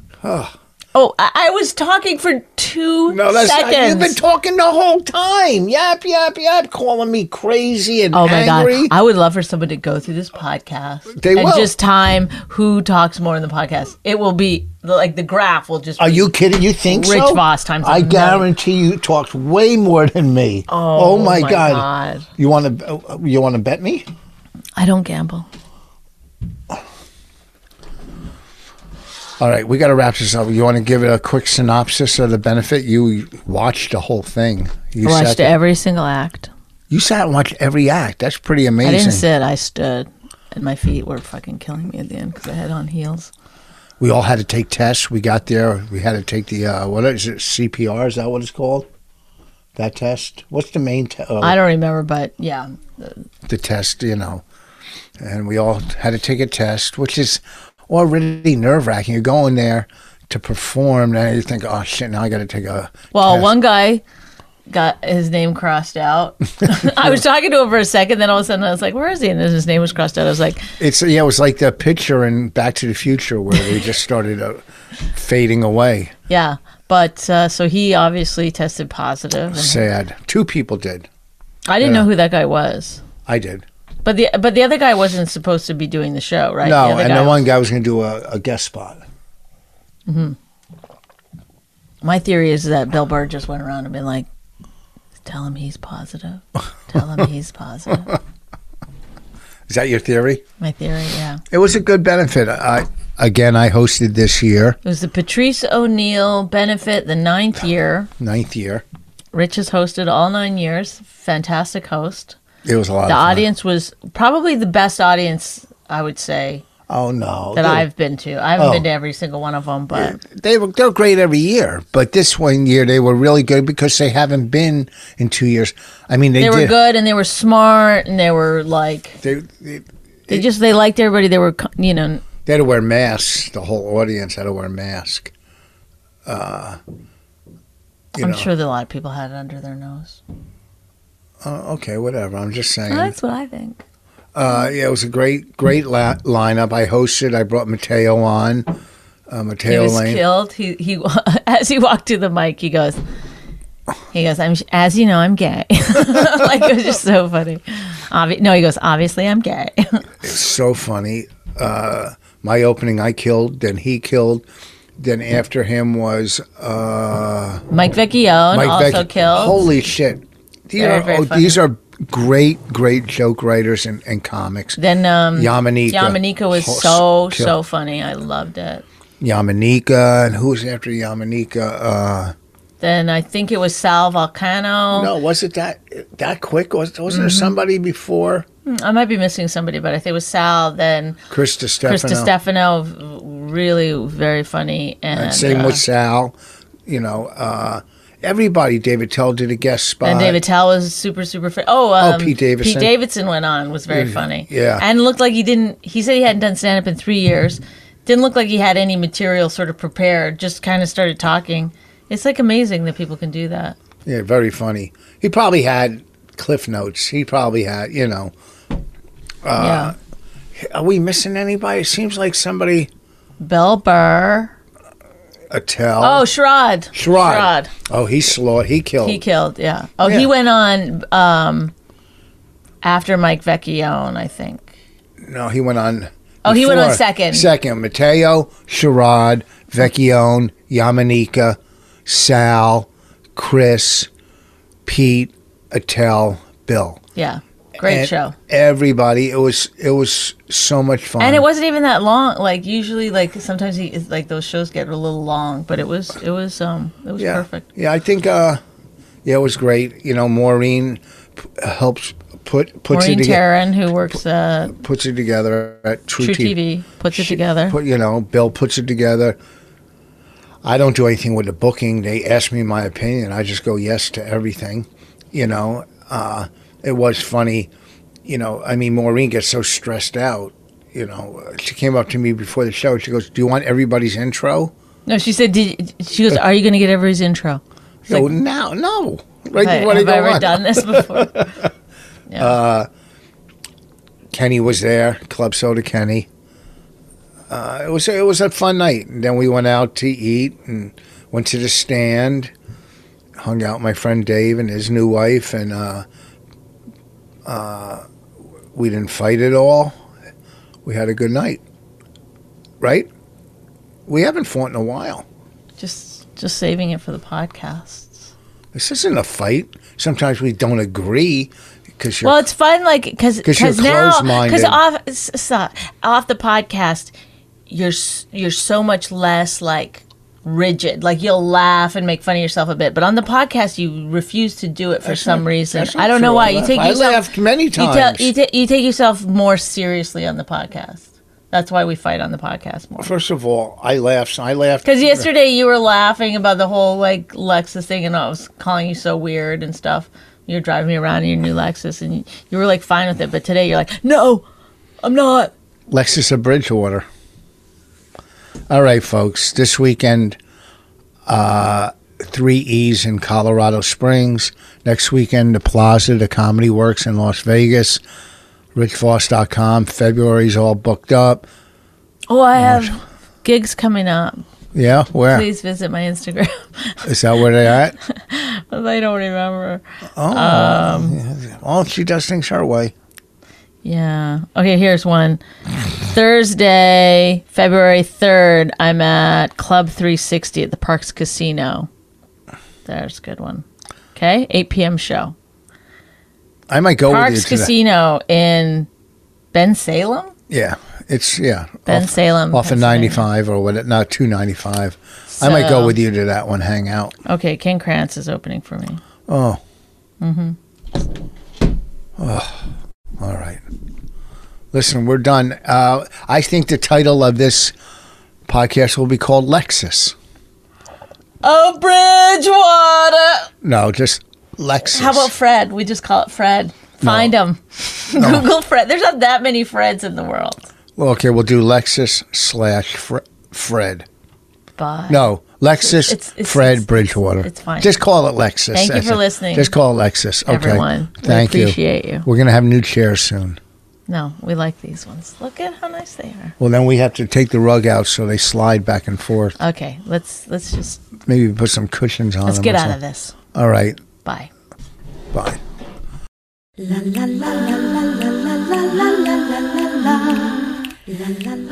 C: Oh, I-, I was talking for two
B: No, that's
C: seconds.
B: not. You've been talking the whole time. Yap, yap, yap, calling me crazy and
C: oh my
B: angry.
C: god! I would love for someone to go through this podcast
B: They
C: and
B: will.
C: just time who talks more in the podcast. It will be like the graph will just.
B: Are you kidding? You think
C: Rich
B: so?
C: Voss times
B: I
C: a million.
B: guarantee you talked way more than me.
C: Oh,
B: my,
C: my
B: god.
C: God.
B: You want to? uh, You want to bet me?
C: I don't gamble.
B: All right, we got to wrap this up. You want to give it a quick synopsis of the benefit? You watched the whole thing. You sat
C: Watched
B: there-
C: every single act.
B: You sat and watched every act. That's pretty amazing.
C: I didn't sit. I stood, and my feet were fucking killing me at the end because I had on heels.
B: we all had to take tests. We got there. We had to take the uh, what is it? CPR is that what it's called? That test. What's the main? Te- uh,
C: I don't remember, but yeah,
B: the test, you know, and we all had to take a test, which is already nerve wracking. You're going there to perform, and you think, oh shit, now I got to take a.
C: Well,
B: test."
C: one guy got his name crossed out. I was talking to him for a second, then all of a sudden I was like, "Where is he?" And then his name was crossed out. I was like,
B: It's yeah, it was like the picture in Back to the Future where they just started uh, fading away.
C: "Yeah." But uh, so he obviously tested positive. and-
B: Sad. Two people did.
C: I didn't
B: yeah.
C: know who that guy was,
B: I did.
C: but the but the other guy wasn't supposed to be doing the show, right?
B: No,
C: the other
B: and
C: guy-
B: then one guy was going to do a, a guest spot.
C: My theory is that Bill Burr just went around and been like, "Tell him he's positive. Tell him he's positive."
B: Is that your theory?
C: My theory, yeah.
B: It was a good benefit. I again, I hosted this year,
C: It was the Patrice O'Neill benefit, the ninth year.
B: ninth year.
C: Rich has hosted all nine years. Fantastic host.
B: It was a lot.
C: The
B: of fun.
C: audience was probably the best audience I would say
B: Oh no,
C: that
B: They-
C: I've been to. I haven't
B: Oh.
C: been to every single one of them, but
B: they were they're great every year, but this one year they were really good because they haven't been in two years. I mean, they,
C: they were
B: did,
C: good and they were smart and they were like
B: They, they
C: they just they liked everybody. They were co- you know
B: they had to wear masks. The whole audience had to wear masks. Uh, you
C: I'm
B: know,
C: sure that a lot of people had it under their nose.
B: uh, okay, whatever. I'm just saying.
C: That's what I think.
B: Uh, yeah, it was a great, great la- lineup. I hosted. I brought Mateo on. Uh,
C: He
B: Mateo
C: was
B: Lane.
C: killed. He he as he walked to the mic, he goes. He goes, I'm, as you know, I'm gay. like, it was just so funny. Obvi- no, he goes, obviously, I'm gay.
B: so funny. Uh, my opening, I killed, then he killed, then after him was uh,
C: Mike Vecchione
B: Mike
C: also
B: Vecchi-
C: killed.
B: Holy shit! These
C: Very,
B: are
C: very
B: oh,
C: funny.
B: these are great, great joke writers and, and comics.
C: then um,
B: Yamanika.
C: Yamanika was
B: Horse
C: so,
B: kill.
C: so funny. I loved it.
B: Yamanika and who's after Yamanika? Uh,
C: Then I think it was Sal Volcano.
B: no, was it that that quick? Was wasn't there somebody before?
C: I might be missing somebody, but I think it was Sal. Then
B: Chris Stefano.
C: Krista Stefano, really very funny. And,
B: And same
C: uh,
B: with Sal. You know, uh, everybody. David Tell did a guest spot.
C: And David Tell was super, super. Fa- oh, um,
B: Pete Davidson.
C: Pete Davidson went on was very funny.
B: yeah.
C: and looked like he didn't. He said he hadn't done stand up in three years. Didn't look like he had any material sort of prepared. Just kind of started talking. It's like amazing that people can do that.
B: Yeah, very funny. He probably had cliff notes. He probably had, you know.
C: yeah,
B: Are we missing anybody? It seems like somebody
C: Bill Burr.
B: a tell.
C: Oh, Sherrod.
B: Sherrod. Oh, he slaughtered. He killed.
C: He killed. Yeah. Oh,
B: Yeah.
C: he went on um, after Mike Vecchione, I think.
B: no, he went on.
C: Oh, he went on
B: before.
C: second.
B: Second, Mateo, Sherrod, Vecchione, Yamanika, Sal, Chris, Pete, Attell, Bill.
C: Yeah. Great
B: And
C: show.
B: Everybody. It was. It was so much fun.
C: And it wasn't even that long. Like usually, like sometimes he is like those shows get a little long, but it was it was um it was
B: yeah.
C: perfect.
B: Yeah, I think uh, yeah, it was great. You know, Maureen p- helps put puts
C: Maureen
B: it together,
C: Taryn, who works uh,
B: puts it together at True,
C: True
B: T-
C: TV, puts it together.
B: Put you know, Bill puts it together. I don't do anything with the booking. They ask me my opinion. I just go yes to everything. You know, uh, it was funny. You know, I mean, Maureen gets so stressed out. You know, she came up to me before the show. She goes, "Do you want everybody's intro?"
C: no, she said. Did she
B: Uh,
C: goes? Are you going to get everybody's intro? It's
B: So
C: like,
B: now, no, right?
C: "Hey,
B: before they
C: have
B: go
C: I ever
B: on. Uh,
C: done this before? yeah.
B: Kenny was there, Club Soda Kenny. Uh, it was it was a fun night. And then we went out to eat and went to the stand, hung out with my friend Dave and his new wife, and uh, uh, we didn't fight at all. We had a good night, right? We haven't fought in a while.
C: just just saving it for the podcasts.
B: This isn't a fight. Sometimes we don't agree because you're
C: Well, it's fun, like because
B: 'Cause you're
C: now
B: closed-minded.
C: because off s- so- off the podcast, you're s- you're so much less like rigid. Like you'll laugh and make fun of yourself a bit, but on the podcast, you refuse to do it for some reason.
B: that's not
C: I don't know
B: true.
C: why.
B: I
C: You
B: laugh.
C: take
B: I
C: yourself,
B: laughed many
C: you tell-
B: times.
C: You, ta- you take yourself more seriously on the podcast. That's why we fight on the podcast more.
B: first of all, I laughed. I laughed
C: Because yesterday you were laughing about the whole like Lexus thing, and I was calling you so weird and stuff. You're driving me around in your new Lexus, and you, you were like fine with it. But today you're like, no, I'm not.
B: Lexus of Bridgewater. All right, folks. This weekend, uh, three E's in Colorado Springs. Next weekend, the Plaza, the Comedy Works in Las Vegas. RichVoss.com. February's all booked up.
C: Oh, I have gigs coming up.
B: Yeah, where is
C: Please visit my Instagram.
B: that? Where they at?
C: I don't remember.
B: All she does things her way.
C: Yeah. Okay, here's one. Thursday, February 3rd, I'm at Club 360 at the Parks Casino. There's a good one. Okay, 8 p.m. show.
B: I might go with
C: Parks
B: you to that.
C: Casino in Ben Salem.
B: Yeah, it's yeah.
C: Ben Salem.
B: off of
C: Pennsylvania.
B: 95 or what? Not 295. I might go
C: So-
B: with you to that one. Hang out.
C: Okay, Ken Krantz is opening for me.
B: Oh. Mm-hmm. Oh, all right. Listen, we're done. Uh, I think the title of this podcast will be called Lexus.
C: Oh, Bridgewater.
B: No, just Lexus.
C: How about Fred? We just call it Fred. Find him. Google Fred. There's not that many Freds in the world.
B: Well, okay, we'll do Lexus slash Fre- Fred.
C: Bye.
B: No, Lexus
C: It's- it's-
B: Fred
C: it's-
B: Bridgewater.
C: it's fine.
B: Just call it Lexus.
C: Thank you
B: That's
C: for
B: it.
C: listening,
B: Just call it Lexus. Okay.
C: everyone. We
B: Thank you.
C: appreciate you.
B: We're gonna have new chairs soon.
C: No, we like these ones. Look at how nice they are.
B: Well, then we have to take the rug out so they slide back and forth.
C: Okay, let's let's just
B: Maybe put some cushions on
C: let's
B: them.
C: get
B: or
C: out of
B: something.
C: this.
B: All right.
C: Bye.
B: Bye.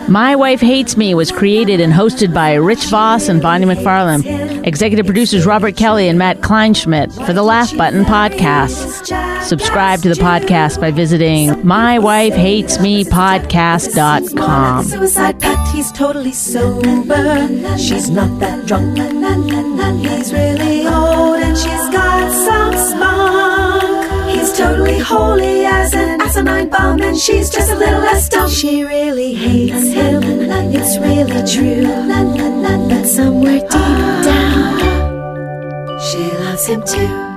C: My Wife Hates Me was created and hosted by Rich Voss and Bonnie McFarlane. Executive producers Robert Kelly and Matt Kleinschmidt for the Laugh Button podcast. Subscribe to the podcast by visiting mywifehatesmepodcast.com.
A: Suicide pact, he's totally sober. She's not that drunk. He's really old and she's got some spunk. He's totally holy as an asinine bomb, and she's just a little less dumb. She really hates him. It's really true. But somewhere deep down, she loves him too.